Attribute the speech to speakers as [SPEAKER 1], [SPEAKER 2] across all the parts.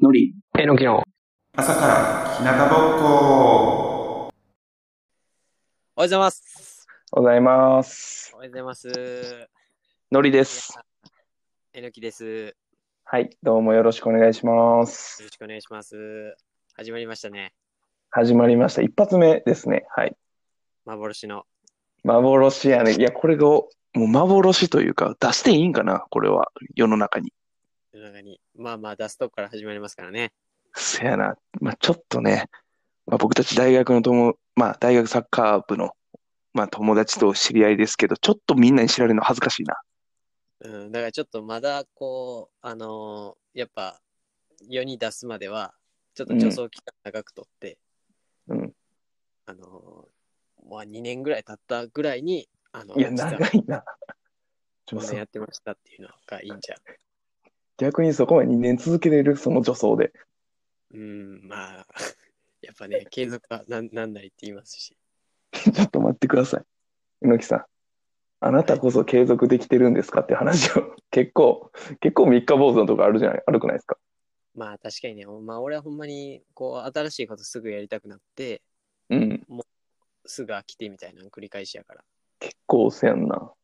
[SPEAKER 1] のり。
[SPEAKER 2] えのきの。
[SPEAKER 3] 朝から日向ぼっこ
[SPEAKER 4] おはようございます。
[SPEAKER 1] おはようございます。
[SPEAKER 4] おはようございます。
[SPEAKER 1] のりです。
[SPEAKER 4] えのきです。よ
[SPEAKER 1] はい、どうもよろしくお願いします
[SPEAKER 4] ろ。しくお願いします。始まりましたね。
[SPEAKER 1] 始まりました。一発目ですね。はい。
[SPEAKER 4] 幻の。
[SPEAKER 1] 幻やね。いや、これが、もう幻というか、出していいんかなこれは、世の中に。
[SPEAKER 4] 世の中に。まあまあ、出すとこから始まりますからね。
[SPEAKER 1] せやな。まあ、ちょっとね、まあ、僕たち大学の友、まあ、大学サッカー部の、まあ、友達と知り合いですけど、ちょっとみんなに知られるの恥ずかしいな。
[SPEAKER 4] うん、だからちょっとまだこう、あのーやっぱ、世に出すまでは、ちょっと助走期間長くとって、
[SPEAKER 1] うん。
[SPEAKER 4] あのーまあ2年ぐらい経ったぐらいに、あの
[SPEAKER 1] いや、
[SPEAKER 4] 実は
[SPEAKER 1] 長いな。 ち
[SPEAKER 4] こ
[SPEAKER 1] ょ
[SPEAKER 4] んな
[SPEAKER 1] そ
[SPEAKER 4] やってましたっていうのがいいんじゃん。
[SPEAKER 1] 逆にそこまで2年続けれる、その助走で。
[SPEAKER 4] うん、まあ、 やっぱね、継続はなんなんないって言いますし。
[SPEAKER 1] ちょっと待ってください。猪木さん、あなたこそ継続できてるんですかって話を、 結構、結構三日坊主のとこあるじゃない、あるくないですか。
[SPEAKER 4] まあ確かにね、まあ俺はほんまにこう新しいことすぐやりたくなって、
[SPEAKER 1] うん。
[SPEAKER 4] すぐ飽きてみたいなの繰り返しやから。
[SPEAKER 1] 結構せやんな。まあ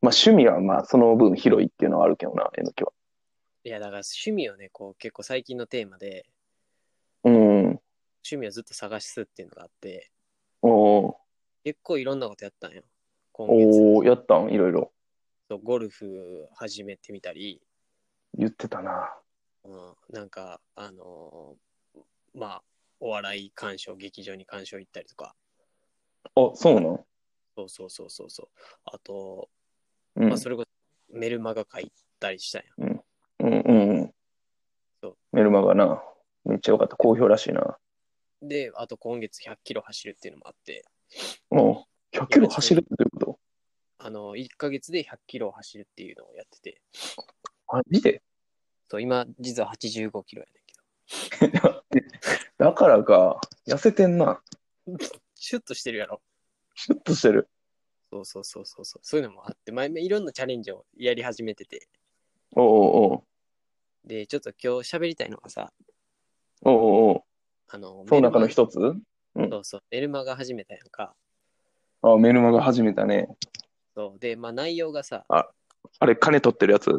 [SPEAKER 1] 趣味はまあその分広いっていうのはあるけどな、猪木は。
[SPEAKER 4] いやだから趣味をね、こう結構最近のテーマで、
[SPEAKER 1] うん。
[SPEAKER 4] 趣味をずっと探しすっていうのがあって、
[SPEAKER 1] おー
[SPEAKER 4] 結構いろんなことやったんよ。今月
[SPEAKER 1] おーやったんいろいろ。
[SPEAKER 4] そうゴルフ始めてみたり、
[SPEAKER 1] 言ってたな。
[SPEAKER 4] うん、なんか、あのーまあ、お笑い鑑賞、劇場に鑑賞行ったりとか、
[SPEAKER 1] あ、そうなん
[SPEAKER 4] そうそうそうそうそう。あと、
[SPEAKER 1] うん。
[SPEAKER 4] まあそれこそメルマガ書いたりしたんよ。
[SPEAKER 1] うんうんうん
[SPEAKER 4] そう。
[SPEAKER 1] メルマガな。めっちゃよかった。好評らしいな。
[SPEAKER 4] で、あと今月100キロ走るっていうのもあって、
[SPEAKER 1] もう100キロ走るってこ
[SPEAKER 4] あの、1ヶ月で100キロを走るっていうのをやってて、
[SPEAKER 1] とマジで
[SPEAKER 4] そう今、実は85キロやねんけど、
[SPEAKER 1] だからか、痩せてんな。
[SPEAKER 4] シュッとしてるやろ。
[SPEAKER 1] シュッとしてる。
[SPEAKER 4] そうそうそうそうそう、そういうのもあって、前々いろんなチャレンジをやり始めてて、
[SPEAKER 1] おうおう
[SPEAKER 4] で、ちょっと今日喋りたいのがさ、
[SPEAKER 1] おうおうおう
[SPEAKER 4] あの、
[SPEAKER 1] その中の
[SPEAKER 4] メル
[SPEAKER 1] 一つ
[SPEAKER 4] マそうそう、メルマガ始めたやんか。
[SPEAKER 1] あ、メルマガ始めたね。
[SPEAKER 4] そう、で、まあ内容がさ、
[SPEAKER 1] あれ、金取ってるやつ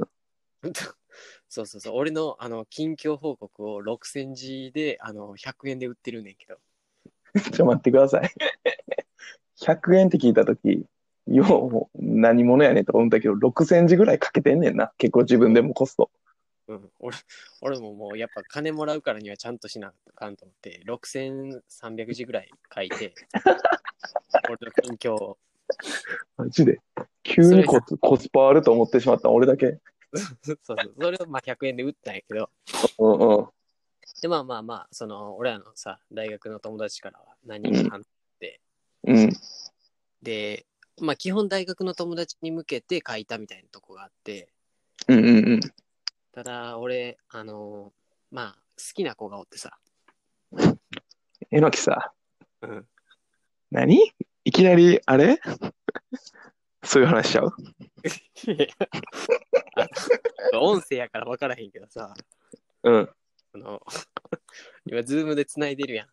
[SPEAKER 4] そうそうそう、俺の、あの、近況報告を6000字で、あの、100円で売ってるねんけど、
[SPEAKER 1] ちょ、待ってください。100円って聞いたとき、よう、何者やねんと思うんだけど、6000字ぐらいかけてんねんな。結構自分でもコスト。
[SPEAKER 4] うん、 俺、俺ももう、やっぱ金もらうからにはちゃんとしなあかんと思って、6300字ぐらい書いて、俺の近況を。
[SPEAKER 1] マジで。急にコツコスパあると思ってしまった、俺だけ。
[SPEAKER 4] そうそう。それをまあ100円で売ったんやけど、
[SPEAKER 1] うんうん。
[SPEAKER 4] で、まあまあまあ、その、俺らのさ、大学の友達からは何人か、
[SPEAKER 1] うん。
[SPEAKER 4] で、まあ基本大学の友達に向けて書いたみたいなとこがあって、
[SPEAKER 1] うんうんうん。
[SPEAKER 4] ただ、俺、あのまあ、好きな子がおってさ、
[SPEAKER 1] えのきさ、
[SPEAKER 4] うん、
[SPEAKER 1] 何いきなり、あれ そういう話しちゃう
[SPEAKER 4] 音声やから分からへんけどさ、
[SPEAKER 1] うん。
[SPEAKER 4] あの、 今、ズームで繋いでるやん。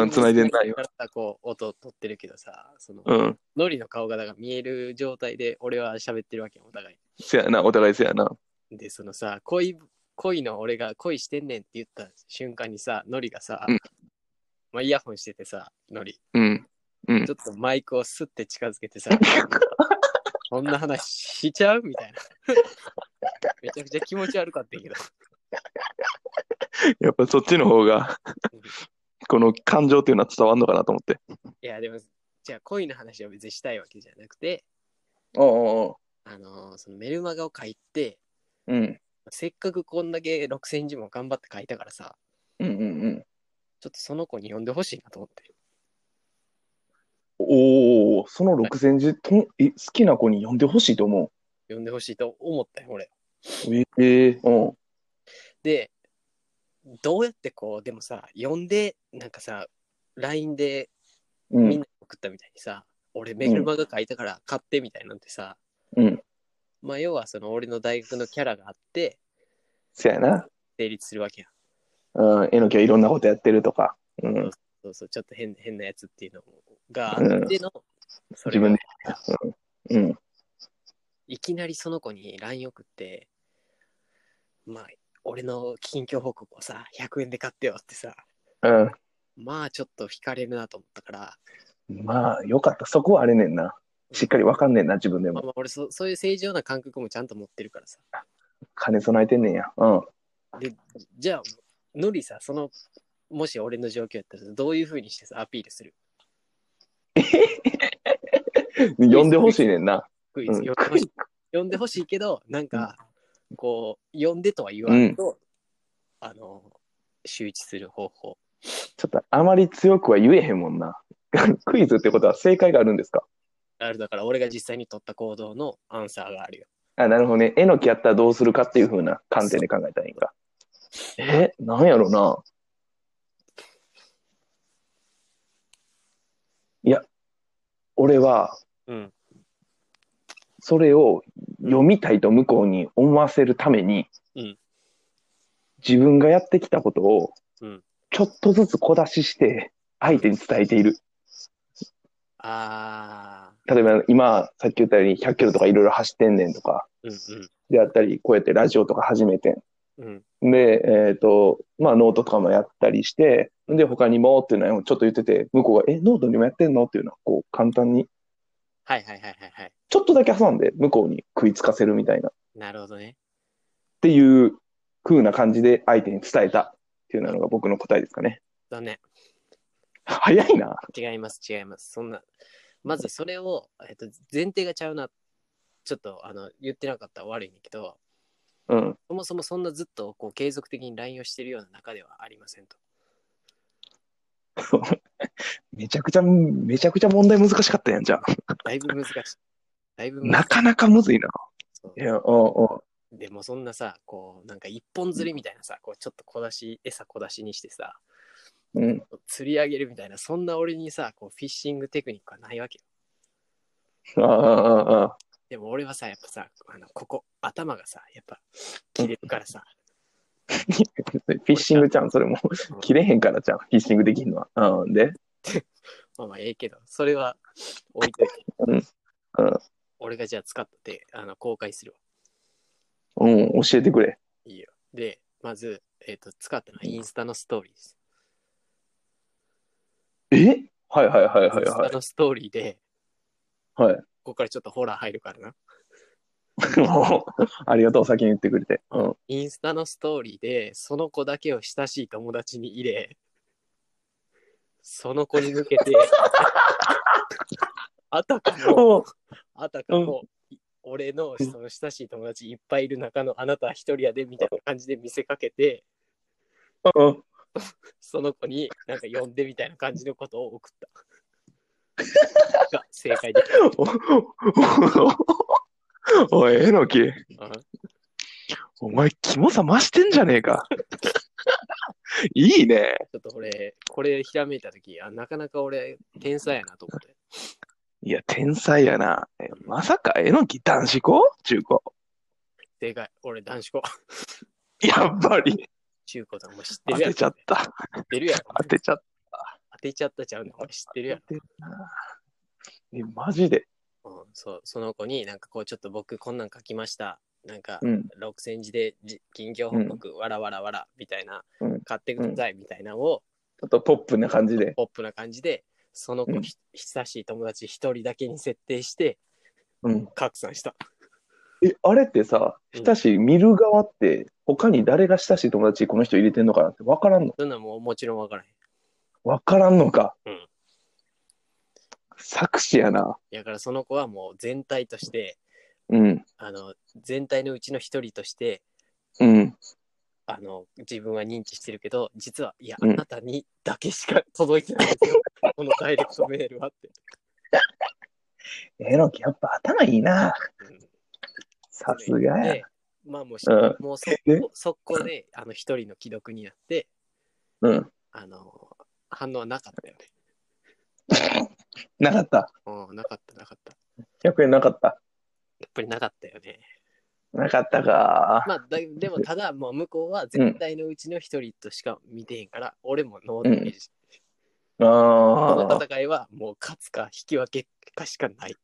[SPEAKER 1] うん、繋いでんないよ。
[SPEAKER 4] からこう、音を取ってるけどさ、その、
[SPEAKER 1] うん。
[SPEAKER 4] ノリの顔がだから見える状態で、俺は喋ってるわけよ、お互
[SPEAKER 1] せやな、お互いせやな。
[SPEAKER 4] い。で、そのさ、恋、恋の俺が恋してんねんって言った瞬間にさ、ノリがさ、
[SPEAKER 1] うん
[SPEAKER 4] まあ、イヤホンしててさ、ノリ、
[SPEAKER 1] うん。うん
[SPEAKER 4] ちょ。っとマイクをスッて近づけて さ、こんな話しちゃうみたいな。めちゃくちゃ気持ち悪かったけど。
[SPEAKER 1] やっぱそっちの方が
[SPEAKER 4] うん、
[SPEAKER 1] この感情っていうのは伝わんのかなと思って。
[SPEAKER 4] いや、でも、じゃあ恋の話を別にしたいわけじゃなくて、
[SPEAKER 1] おうお
[SPEAKER 4] あのーそのメルマガを書いて、
[SPEAKER 1] ううん。
[SPEAKER 4] せっかくこんだけ6000字も頑張って書いたからさ、
[SPEAKER 1] うんうんうん。
[SPEAKER 4] ちょっとその子に読んでほしいなと思って。
[SPEAKER 1] おお、その六千字とん、え、好きな子に読んでほしいと思
[SPEAKER 4] 読んでほしいと思ったよ、俺。
[SPEAKER 1] う。ええうん。
[SPEAKER 4] で、どうやってこう、でもさ、読んで、なんかさ、 LINE で
[SPEAKER 1] う
[SPEAKER 4] みんな。
[SPEAKER 1] ん
[SPEAKER 4] に送ったみたいにさ、俺メルマガ書いたから買ってみたいなんてさ、
[SPEAKER 1] うん。
[SPEAKER 4] まあ要はその俺の大学のキャラがあって
[SPEAKER 1] そやな。
[SPEAKER 4] 成立するわけやん。
[SPEAKER 1] うん。えのきはいろんなことやってるとか。うん。
[SPEAKER 4] そうそう、ちょっと変変なやつっていうのがあ
[SPEAKER 1] うん
[SPEAKER 4] っての、それ
[SPEAKER 1] 自
[SPEAKER 4] を
[SPEAKER 1] 分で。うん。うん。
[SPEAKER 4] いきなりその子に LINE 送って、まあ俺の近況報告をさ、100円で買ってよってさ、
[SPEAKER 1] うん
[SPEAKER 4] まあちょっと惹かれるなと思ったから、
[SPEAKER 1] まあ、よかった。そこはあれねんな。しっかりわかんねんな、自分で
[SPEAKER 4] まあ、
[SPEAKER 1] も。
[SPEAKER 4] まあ俺そそういう正常な感覚もちゃんと持ってるからさ。
[SPEAKER 1] 金備えてんねんや。うん。
[SPEAKER 4] で、じゃあ、ノリさ、その、もし俺の状況やったら、どういうふうにしてさ、アピールする
[SPEAKER 1] 呼んでほしいねんな。
[SPEAKER 4] クイ
[SPEAKER 1] う
[SPEAKER 4] ズ。
[SPEAKER 1] ん
[SPEAKER 4] 呼んでほしい呼んでほしいけど、なんか、こう、呼んでとは言わんと、あの、周知する方法。
[SPEAKER 1] ちょっとあまり強くは言えへんもんな。 クイズってことは正解があるんですか
[SPEAKER 4] あるだから、俺が実際に取った行動のアンサーがあるよ。
[SPEAKER 1] あ、なるほどね。えのきやったらどうするかっていう風な観点で考えたらいいんか。え、なんやろな。いや、俺は
[SPEAKER 4] うん。
[SPEAKER 1] それを読みたいと向こうに思わせるために、
[SPEAKER 4] うん
[SPEAKER 1] 自分がやってきたことを
[SPEAKER 4] うん
[SPEAKER 1] ちょっとずつ小出しして相手に伝えている。
[SPEAKER 4] あ
[SPEAKER 1] 例えば今、さっき言ったように100キロとかいろいろ走ってんねんとか、
[SPEAKER 4] ー、
[SPEAKER 1] であったり、こうやってラジオとか始めてん。
[SPEAKER 4] うんうん。うん。
[SPEAKER 1] で、えっ、と、まあ、ノートとかもやったりして、で、他にもっていうのをちょっと言ってて、向こうが、え、ノートにもやってんのっていうのを、こう、簡単に、
[SPEAKER 4] はいはいはいはいはい。
[SPEAKER 1] ちょっとだけ挟んで、向こうに食いつかせるみたいな、っ
[SPEAKER 4] なるほどね。
[SPEAKER 1] ていう風な感じで相手に伝えたっていうのが僕の答えですかね。
[SPEAKER 4] 残念。
[SPEAKER 1] 早いな。
[SPEAKER 4] 違います違いますそんなまずそれを、えっと、前提がちゃうなちょっとあの言ってなかったら悪いんだけど
[SPEAKER 1] うん。
[SPEAKER 4] そもそもそんなずっとこう継続的に LINE をしてるような中ではありませんと
[SPEAKER 1] めちゃくちゃ、めちゃくちゃ問題難しかったやん、じゃあ。
[SPEAKER 4] だいぶ難しいだいぶ難
[SPEAKER 1] な
[SPEAKER 4] し
[SPEAKER 1] かなかむずいな。
[SPEAKER 4] そう
[SPEAKER 1] いや、うんうん。
[SPEAKER 4] でもそんなさこうなんか一本釣りみたいなさこうちょっと小出し餌小出しにしてさ
[SPEAKER 1] うん、
[SPEAKER 4] 釣り上げるみたいなそんな俺にさこうフィッシングテクニックはないわけよ
[SPEAKER 1] ああ、ああ、ああ。
[SPEAKER 4] でも俺はさやっぱさあのここ頭がさやっぱ切れるからさ
[SPEAKER 1] フィッシングちゃん、それも。切れへんからじゃん、フィッシングできんのは。うん、で、
[SPEAKER 4] まあまあええけど、それは置いといて。
[SPEAKER 1] うんうん
[SPEAKER 4] 俺がじゃあ使ってあの公開するわ。
[SPEAKER 1] うん、教えてくれ。
[SPEAKER 4] いいよ。で、まず、えっと使ったのはインスタのストーリーです。
[SPEAKER 1] えはいはいはいはい
[SPEAKER 4] インス
[SPEAKER 1] は
[SPEAKER 4] タのストーリーで、
[SPEAKER 1] い。はい。
[SPEAKER 4] ここからちょっとホラー入るからな。
[SPEAKER 1] もうありがとう、先に言ってくれて。うん。
[SPEAKER 4] インスタのストーリーで、その子だけを親しい友達に入れ、その子に向け て、あたかも、
[SPEAKER 1] お
[SPEAKER 4] あたかも、俺のその親しい友達いっぱいいる中のあなた一人やでみたいな感じで見せかけて、
[SPEAKER 1] うん。
[SPEAKER 4] その子になんか呼んでみたいな感じのことを送 った。が正解でき
[SPEAKER 1] おおい、えのき、
[SPEAKER 4] た。うん
[SPEAKER 1] お前、キモさ増してんじゃねえか。いいね。
[SPEAKER 4] ちょっと俺、これひらめいたとき、あなかなか俺、天才やなと思って。
[SPEAKER 1] いや、天才やな。えまさか、えのき男子校中高。
[SPEAKER 4] 正解。俺、男子校。
[SPEAKER 1] やっぱり、
[SPEAKER 4] 中高だ。お前知って
[SPEAKER 1] 当
[SPEAKER 4] るや
[SPEAKER 1] て
[SPEAKER 4] ろ。
[SPEAKER 1] ちゃった。
[SPEAKER 4] 知ってるやろ。
[SPEAKER 1] 当てちゃっ
[SPEAKER 4] 当てちゃったちゃうねん。お前知ってるや
[SPEAKER 1] た。え、マジで。
[SPEAKER 4] ろ。うん、そう、その子になんかこう、ちょっと僕こんなん書きました。なんか、
[SPEAKER 1] うん。
[SPEAKER 4] 6000字でじ近況報告、わらわらわら、みたいな、
[SPEAKER 1] うん
[SPEAKER 4] 買ってください、みたいなのを、
[SPEAKER 1] ちょっとポップな感じで。
[SPEAKER 4] ポップな感じで、その子、
[SPEAKER 1] うん
[SPEAKER 4] ひ親しい友達一人だけに設定して、
[SPEAKER 1] うん。
[SPEAKER 4] 拡散した。
[SPEAKER 1] え、あれってさ、
[SPEAKER 4] うん
[SPEAKER 1] 親しい、見る側って、他に誰が親しい友達、この人入れてんのかなって分からんの
[SPEAKER 4] そんなんもうもちろんわからへん。
[SPEAKER 1] 分からんのか。
[SPEAKER 4] うん
[SPEAKER 1] 作詞やな。
[SPEAKER 4] だからその子はもう全体として、
[SPEAKER 1] うん。
[SPEAKER 4] あの、全体のうちの一人として、
[SPEAKER 1] うん。
[SPEAKER 4] あの、自分は認知してるけど、実は、いや、あ
[SPEAKER 1] うん
[SPEAKER 4] なたにだけしか届いてないんですよ。このダイレクトメールはって。
[SPEAKER 1] えのき、やっぱ頭いいな。
[SPEAKER 4] うん
[SPEAKER 1] さすがや
[SPEAKER 4] で。、まあもうし、
[SPEAKER 1] うん
[SPEAKER 4] もうそ
[SPEAKER 1] で
[SPEAKER 4] 速攻で、あの、一人の既読になって、
[SPEAKER 1] うん。
[SPEAKER 4] あの、反応はなかったよね。
[SPEAKER 1] なかった。
[SPEAKER 4] うん、なかった、なかった。
[SPEAKER 1] 100円なかった。
[SPEAKER 4] やっぱりなかったよね。
[SPEAKER 1] なかったか。
[SPEAKER 4] まあ、だいでも、ただ、もう向こうは絶対のうちの一人としか見てへんから、俺もノーダメージ。こ
[SPEAKER 1] あ
[SPEAKER 4] の戦いは、もう勝つか引き分けかしかない。
[SPEAKER 1] あ。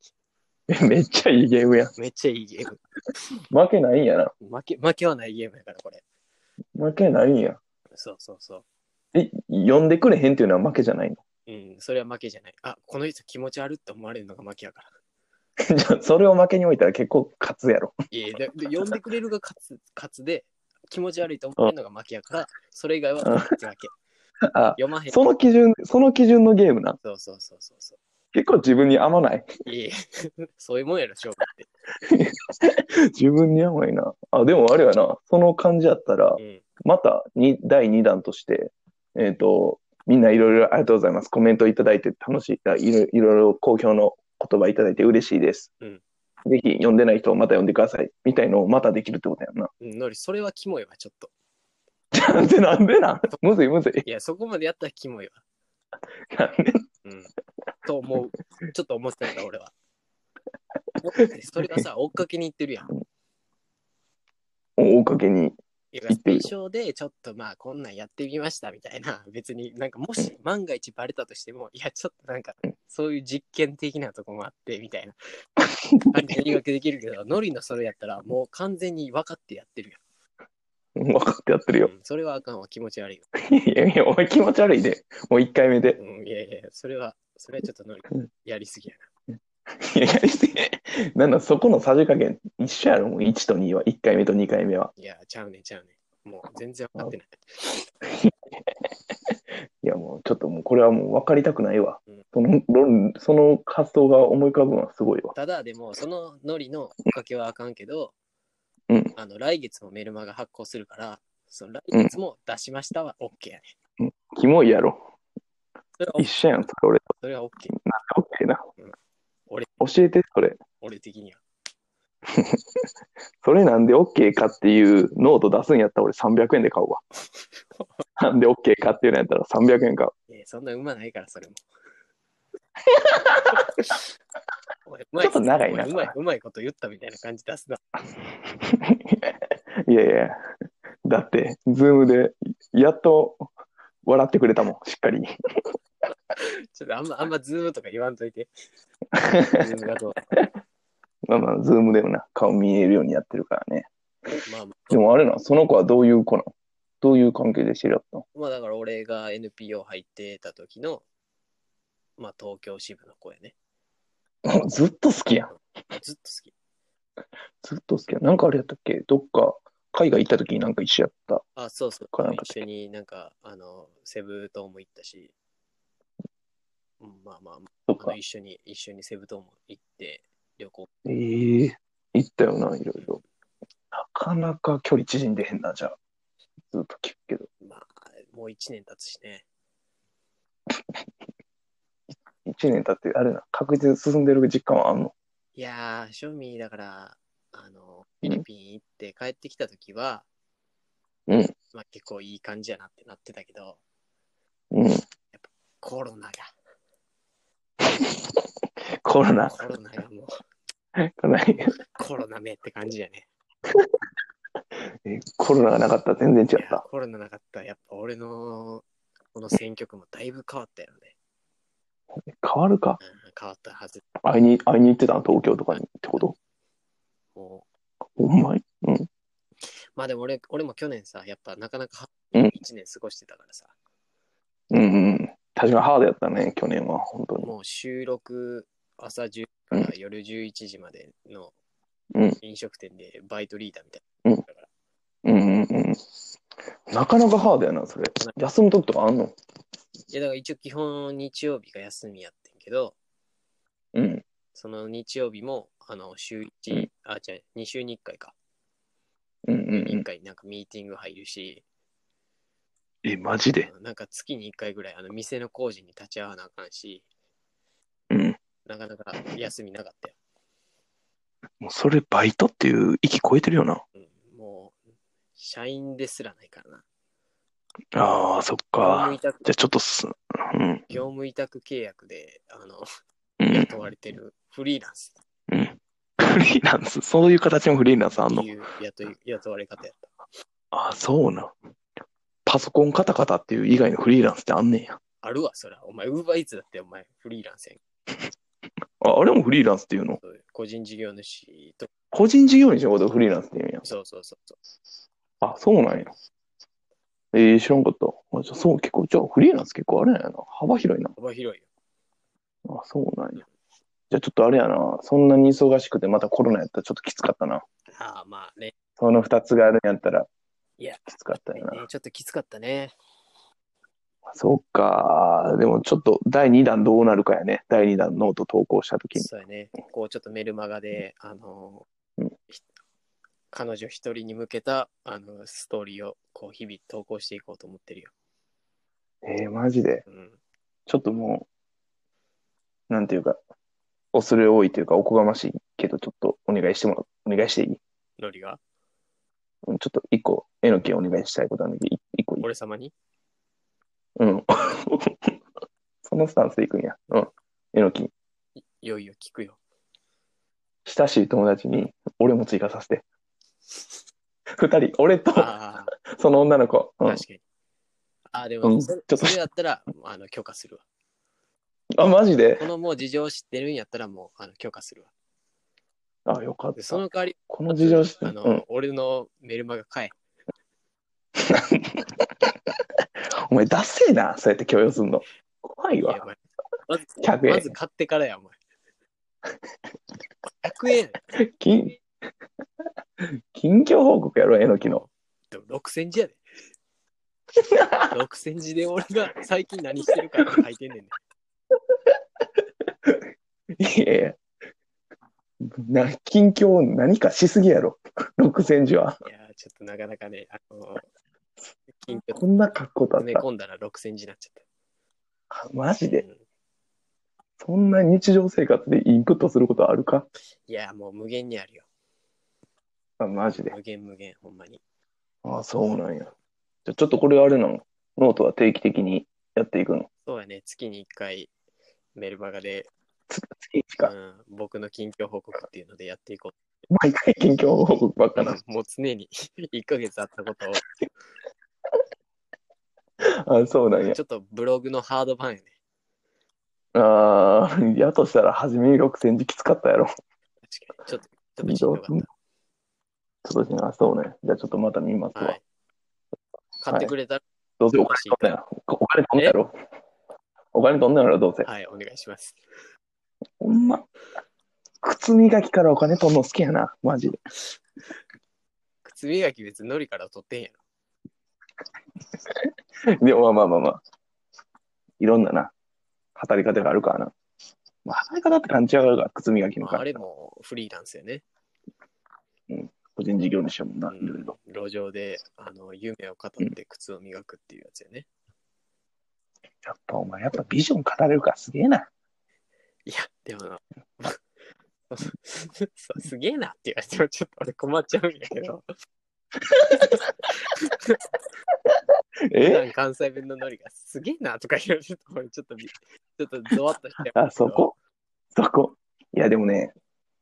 [SPEAKER 1] めっちゃいいゲームやん。
[SPEAKER 4] めっちゃいいゲーム。
[SPEAKER 1] 負けないんやな。
[SPEAKER 4] 負け負けはないゲームやから、これ。
[SPEAKER 1] 負けないんや。
[SPEAKER 4] そうそうそ
[SPEAKER 1] え、呼んでくれへんっていうのは負けじゃないの
[SPEAKER 4] う。うん、それは負けじゃない。あ、この人気持ち悪って思われるのが負けやから。
[SPEAKER 1] じゃあそれを負けに置いたら結構勝つやろ。
[SPEAKER 4] いやいやでで呼んでくれるが勝つ、勝つで、気持ち悪いと思われるのが負けやから、それ以外は勝つだけ。
[SPEAKER 1] あ
[SPEAKER 4] 読まへん。そ
[SPEAKER 1] その基準、その基準のゲームな。
[SPEAKER 4] うそうそうそうそ
[SPEAKER 1] 結構自分に甘 ない。
[SPEAKER 4] う。いやいや そういうもんやろ、勝負って。
[SPEAKER 1] 自分に甘いな。あ、でもあれやな。その感じやったら
[SPEAKER 4] う、ん。
[SPEAKER 1] またに第2弾として、えっ、と、みんないろいろありがとうございます。コメントいただいて楽しい。あいろいろいろ好評の言葉いただいて嬉しいです。
[SPEAKER 4] うん
[SPEAKER 1] ぜひ読んでない人をまた読んでください。みたいのをまたできるってことやんな。
[SPEAKER 4] うんノリ、それはキモいわ、ちょっと。
[SPEAKER 1] なんでなん でなんむずいむずい。
[SPEAKER 4] いや、そこまでやったらキモいわ。
[SPEAKER 1] なんで
[SPEAKER 4] うん。と思う。ちょっと思ってたから、俺は。それがさ、追っかけに行ってるやん。
[SPEAKER 1] 追っかけに。
[SPEAKER 4] いや
[SPEAKER 1] 行ってるよ
[SPEAKER 4] 最初でちょっとまあこんなんやってみましたみたいな 別になんかもし万が一バレたとしてもいやちょっとなんかそういう実験的なとこもあってみたいな感じで言い訳できるけどノリのそれやったらもう完全に分かってやってる
[SPEAKER 1] うん分かってやってる
[SPEAKER 4] やん
[SPEAKER 1] よ。
[SPEAKER 4] うんそれはあかんわ気持ち悪いよ、
[SPEAKER 1] いやいや、お前気持ち悪いで。もう1回目で。
[SPEAKER 4] うん、いやいやそれはそれはちょっとノリやりすぎや
[SPEAKER 1] いや、やりすぎ。なんだ、そこのさじ加減、一緒やろ、もう1と2は。1回目と2回目は。
[SPEAKER 4] ないやちゃうねんちゃうねんもう全然分かってない
[SPEAKER 1] いや、もうちょっともう、これはもう分かりたくないわ
[SPEAKER 4] うん。
[SPEAKER 1] その論、その活動が思い浮かぶのはすごいわ。
[SPEAKER 4] ただでもそのノリの追っかけはあかんけど、
[SPEAKER 1] うん
[SPEAKER 4] あの来月もメルマが発行するからその来月も出しましたは OK やね、
[SPEAKER 1] キモいやろ。
[SPEAKER 4] それは
[SPEAKER 1] 一緒やん、それ俺と。
[SPEAKER 4] それは OK
[SPEAKER 1] オッケーな。
[SPEAKER 4] 俺
[SPEAKER 1] 教えて、それ。
[SPEAKER 4] 俺的には
[SPEAKER 1] それなんで OK かっていうノート出すんやったら俺300円で買 うわ。なんで OK かっていうのやったら300円買う。
[SPEAKER 4] えそんなうまないからそれもおいう
[SPEAKER 1] ちょっと長いな
[SPEAKER 4] おうまいうまいこと言ったみたいな感じ出すな。
[SPEAKER 1] いやいや、だって、ズームでやっと笑ってくれたもん、しっかり。
[SPEAKER 4] ちょっとあんま、あんまズームとか言わんとい て。ズームがどう
[SPEAKER 1] まあまあ、ズームでもな、顔見えるようにやってるからね。
[SPEAKER 4] まあま
[SPEAKER 1] でもあれな、その子はどういう子なのどういう関係で知り合ったの
[SPEAKER 4] あ、まあだから俺が NPO 入ってた時の、まあ東京支部の子やね。
[SPEAKER 1] もう ずっと好きやん。
[SPEAKER 4] ずっと好き。
[SPEAKER 1] ずっと好きやん。なんかあれやったっけどっか、海外行った時になんか一緒やった。
[SPEAKER 4] あ、そうそう
[SPEAKER 1] これなん。か
[SPEAKER 4] 一緒になんか、あの、セブ島も行ったし、うんまあまあ、
[SPEAKER 1] と
[SPEAKER 4] あ
[SPEAKER 1] か
[SPEAKER 4] の。一緒に、一緒にセブ島も行って、旅行。
[SPEAKER 1] ええ行ったよな、いろいろ。なかなか距離縮んでへんな、じゃあ。ずっと聞くけど。
[SPEAKER 4] まあ、もう1年経つしね。
[SPEAKER 1] 1年経って、あれな、確実に進んでる実感はあんの。
[SPEAKER 4] いやー、正味、だから、あの、
[SPEAKER 1] う
[SPEAKER 4] フ
[SPEAKER 1] ん
[SPEAKER 4] ィリピン行って帰ってきた時は、
[SPEAKER 1] うん
[SPEAKER 4] まあ結構いい感じやなってなってたけど、
[SPEAKER 1] うん。
[SPEAKER 4] コロナ
[SPEAKER 1] コロナ
[SPEAKER 4] が、、コロナがもう、
[SPEAKER 1] かなり。
[SPEAKER 4] コロナめって感じやね。
[SPEAKER 1] えコロナがなかったら全然
[SPEAKER 4] い
[SPEAKER 1] 違っ
[SPEAKER 4] や
[SPEAKER 1] た。
[SPEAKER 4] コロナなかったら、やっぱ俺の、この選挙区もだいぶ変わったよね。
[SPEAKER 1] 変わるか。
[SPEAKER 4] うん、変わったはず。
[SPEAKER 1] 会いに、会いに行ってたの東京とかにってこと
[SPEAKER 4] もう、
[SPEAKER 1] ほんまに。うん。
[SPEAKER 4] まあでも俺俺も去年さ、やっぱなかなか
[SPEAKER 1] うん
[SPEAKER 4] 1年過ごしてたからさ、
[SPEAKER 1] うんうん。確かにハードやったね、去年は、本当に。
[SPEAKER 4] もう収録朝10時から夜11時までの
[SPEAKER 1] うん
[SPEAKER 4] 飲食店でバイトリーダーみたい
[SPEAKER 1] うん
[SPEAKER 4] な。だから
[SPEAKER 1] うんうんうん。なかなかハードやな、それ。休む時とかあん
[SPEAKER 4] い
[SPEAKER 1] の
[SPEAKER 4] やだから一応基本日曜日が休みやってんけど、
[SPEAKER 1] うん。
[SPEAKER 4] その日曜日もあの週1、
[SPEAKER 1] うん
[SPEAKER 4] あ、じゃ2週に1回か。
[SPEAKER 1] うんうんう
[SPEAKER 4] 1
[SPEAKER 1] ん。
[SPEAKER 4] 回なんかミーティング入るし、
[SPEAKER 1] え、マジで
[SPEAKER 4] あのなんか月に1回ぐらいあの店の工事に立ち会わなあかんし、
[SPEAKER 1] うん。
[SPEAKER 4] なかなか休みなかったよ。
[SPEAKER 1] もうそれ、バイトっていう域超えてるよな。
[SPEAKER 4] うん、もう、社員ですらないからな。
[SPEAKER 1] ああ、そっ
[SPEAKER 4] 業務
[SPEAKER 1] か。
[SPEAKER 4] 委託
[SPEAKER 1] じゃあちょっとす、うん。
[SPEAKER 4] 業務委託契約で、あの、
[SPEAKER 1] うん。
[SPEAKER 4] 雇われてるフリーランスっ
[SPEAKER 1] フリーランス、そういう形のフリーランスあん
[SPEAKER 4] て
[SPEAKER 1] の
[SPEAKER 4] いう雇い雇われ方やった。
[SPEAKER 1] あ、そうなん。パソコンカタカタっていう以外のフリーランスってあんねんや。
[SPEAKER 4] あるわ、そら。お前、ウーバーイーツだって、お前、フリーランスやん。
[SPEAKER 1] あ、あれもフリーランスっていうの
[SPEAKER 4] そういう個人事業主と、
[SPEAKER 1] 個人事業主のことをフリーランスって言うんや。
[SPEAKER 4] そうそうそうそう。
[SPEAKER 1] あ、そうなんや。えー、知らんかった。あじゃあそう、結構、じゃあフリーランス結構あれなんやな。幅広いな。
[SPEAKER 4] 幅広いよ。
[SPEAKER 1] あ、そうなんや。じゃあちょっとあれやな。そんなに忙しくて、またコロナやったらちょっときつかったな。
[SPEAKER 4] ああ、まあね。
[SPEAKER 1] その二つがあるんやったら
[SPEAKER 4] いや、
[SPEAKER 1] きつかった
[SPEAKER 4] ね
[SPEAKER 1] よな。
[SPEAKER 4] ちょっときつかったね。
[SPEAKER 1] そうか。でもちょっと第2弾どうなるかやね。第2弾ノート投稿した時に。
[SPEAKER 4] そうやね。こう、ちょっとメルマガで、あのー
[SPEAKER 1] うん
[SPEAKER 4] ひ彼女一人に向けた、あの、ストーリーを、こう、日々投稿していこうと思ってるよ。
[SPEAKER 1] えー、マジで。
[SPEAKER 4] うん。
[SPEAKER 1] ちょっともう、なんていうか、恐れ多いというか、おこがましいけど、ちょっとお願いしてもらお願いしていい
[SPEAKER 4] ノリが、
[SPEAKER 1] うんちょっと一個、絵の件お願いしたいことなんだけど、い一個いい
[SPEAKER 4] 俺様に
[SPEAKER 1] うん。 そのスタンスでいくんや。うん。えのき、
[SPEAKER 4] いよいよ聞くよ。
[SPEAKER 1] 親しい友達に俺も追加させて。二人、俺と
[SPEAKER 4] ああ、
[SPEAKER 1] その女の子。うん、
[SPEAKER 4] 確かに。ああ、で
[SPEAKER 1] う
[SPEAKER 4] も
[SPEAKER 1] ん
[SPEAKER 4] それ、
[SPEAKER 1] ちょっ
[SPEAKER 4] そ
[SPEAKER 1] と
[SPEAKER 4] れだったら、あの、許可するわ。
[SPEAKER 1] あ、マジで
[SPEAKER 4] このもう事情知ってるんやったら、もう、あの、許可するわ。
[SPEAKER 1] あ、よかっ
[SPEAKER 4] で
[SPEAKER 1] た。
[SPEAKER 4] その代わり、
[SPEAKER 1] この事情知って
[SPEAKER 4] あの、
[SPEAKER 1] うん、
[SPEAKER 4] 俺のメルマガ買え。
[SPEAKER 1] お前、ダセえな、そうやって強要すんの。怖
[SPEAKER 4] い
[SPEAKER 1] い
[SPEAKER 4] や
[SPEAKER 1] わ。
[SPEAKER 4] お前まず
[SPEAKER 1] 100円
[SPEAKER 4] まず買ってからや、お前。100円
[SPEAKER 1] 近、近況報告やろ、えのきの。
[SPEAKER 4] でも6000字や で。6000字で俺が最近何してるかって書いてんねんね。
[SPEAKER 1] いやいや。な近況何かしすぎやろ。6000字は。
[SPEAKER 4] いやー、ちょっとなかなかね、あのー、近況
[SPEAKER 1] こんな書くことあっ
[SPEAKER 4] 詰め
[SPEAKER 1] た。
[SPEAKER 4] 込んだら6000字になっちゃっ
[SPEAKER 1] マジ
[SPEAKER 4] た。
[SPEAKER 1] で
[SPEAKER 4] うん
[SPEAKER 1] そんな日常生活でインプットすることあるか
[SPEAKER 4] いやー、もう無限にあるよ。
[SPEAKER 1] あマジで。
[SPEAKER 4] 無限無限、ほんまに。
[SPEAKER 1] あそうなんや。じゃあちょっとこれあれなのノートは定期的にやっていくの
[SPEAKER 4] そうやね、月に1回メルマガで、
[SPEAKER 1] つ月1
[SPEAKER 4] う
[SPEAKER 1] か。
[SPEAKER 4] ん、僕の近況報告っていうのでやっていこう。
[SPEAKER 1] 毎回近況報告ばっかな。
[SPEAKER 4] もう常に 1ヶ月あったことを、
[SPEAKER 1] あそうなんや
[SPEAKER 4] ち。ょっとブログのハード版やね。
[SPEAKER 1] あーやとしたら初めに6000字きつかったやろ。
[SPEAKER 4] 確かに。ちょっと、ちょっとしんどかっ
[SPEAKER 1] ちょっとしな、そうね。じゃあちょっとまた見ます
[SPEAKER 4] た。
[SPEAKER 1] わ。
[SPEAKER 4] はい。買ってくれたら、
[SPEAKER 1] どうせお金取んねやろ。お金取んねやろ。お金取んねやろ、どうせ。
[SPEAKER 4] はい、お願いします。
[SPEAKER 1] ほんま。靴磨きからお金取んの好きやな、マジで。
[SPEAKER 4] 靴磨き別にノリから取ってんやろ。
[SPEAKER 1] でもまあまあまあまあ。いろんなな、働き方があるからな。まあ、働き方って勘違いがあるから、靴磨きの
[SPEAKER 4] ま
[SPEAKER 1] か
[SPEAKER 4] あ、あれもフリーランスやね。
[SPEAKER 1] 個人事業主やもんな、
[SPEAKER 4] う
[SPEAKER 1] いろい
[SPEAKER 4] ん
[SPEAKER 1] ろ。
[SPEAKER 4] 路上で、あの、夢を語って靴を磨くっていうやつやね。
[SPEAKER 1] やっぱお前、やっぱビジョン語れるからすげえな。
[SPEAKER 4] いや、でもな、 そうすげえなって言われてもちょっと俺困っちゃうんやけど、普
[SPEAKER 1] え
[SPEAKER 4] 段関西弁のノリがすげえなとか言われると、俺ちょっとび、ちょっとゾワッとして。
[SPEAKER 1] あ、そこそこ。いや、でもね、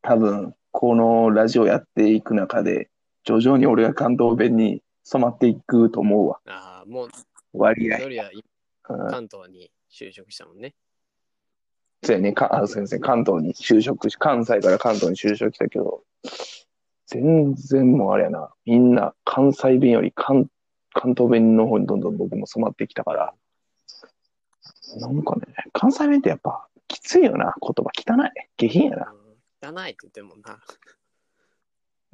[SPEAKER 1] 多分、このラジオやっていく中で、徐々に俺が関東弁に染まっていくと思うわ。
[SPEAKER 4] ああ、もう、
[SPEAKER 1] 割合。
[SPEAKER 4] ノリは今
[SPEAKER 1] うん、
[SPEAKER 4] 関東に就職したもんね。
[SPEAKER 1] そうやね、かあすいません、関東に就職し、関西から関東に就職したけど、全然もうあれやな、みんな関西弁より関関東弁の方にどんどん僕も染まってきたから、なんかね、関西弁ってやっぱきついよな、言葉汚い。下品やな。
[SPEAKER 4] うん、汚いって言ってもな、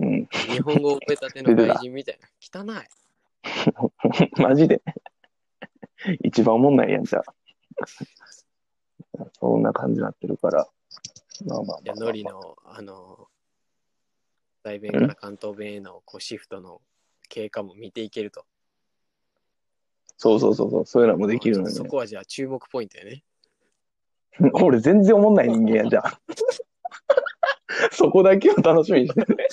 [SPEAKER 1] うん。
[SPEAKER 4] 日本語を覚えたての外人みたいな。汚い。
[SPEAKER 1] マジで。一番おもんないやん、じゃあ。そんな感じになってるから。まあまあまあ
[SPEAKER 4] いや、ノリの、あの、大弁から関東弁へのこうシフトの経過も見ていけると。
[SPEAKER 1] そうそうそうそう、そういうのもできるの
[SPEAKER 4] ちょっと
[SPEAKER 1] よ
[SPEAKER 4] そ
[SPEAKER 1] ね。
[SPEAKER 4] こはじゃあ注目ポイントやね。
[SPEAKER 1] 俺全然おもんない人間 やじゃん。そこだけを楽しみにしてるね。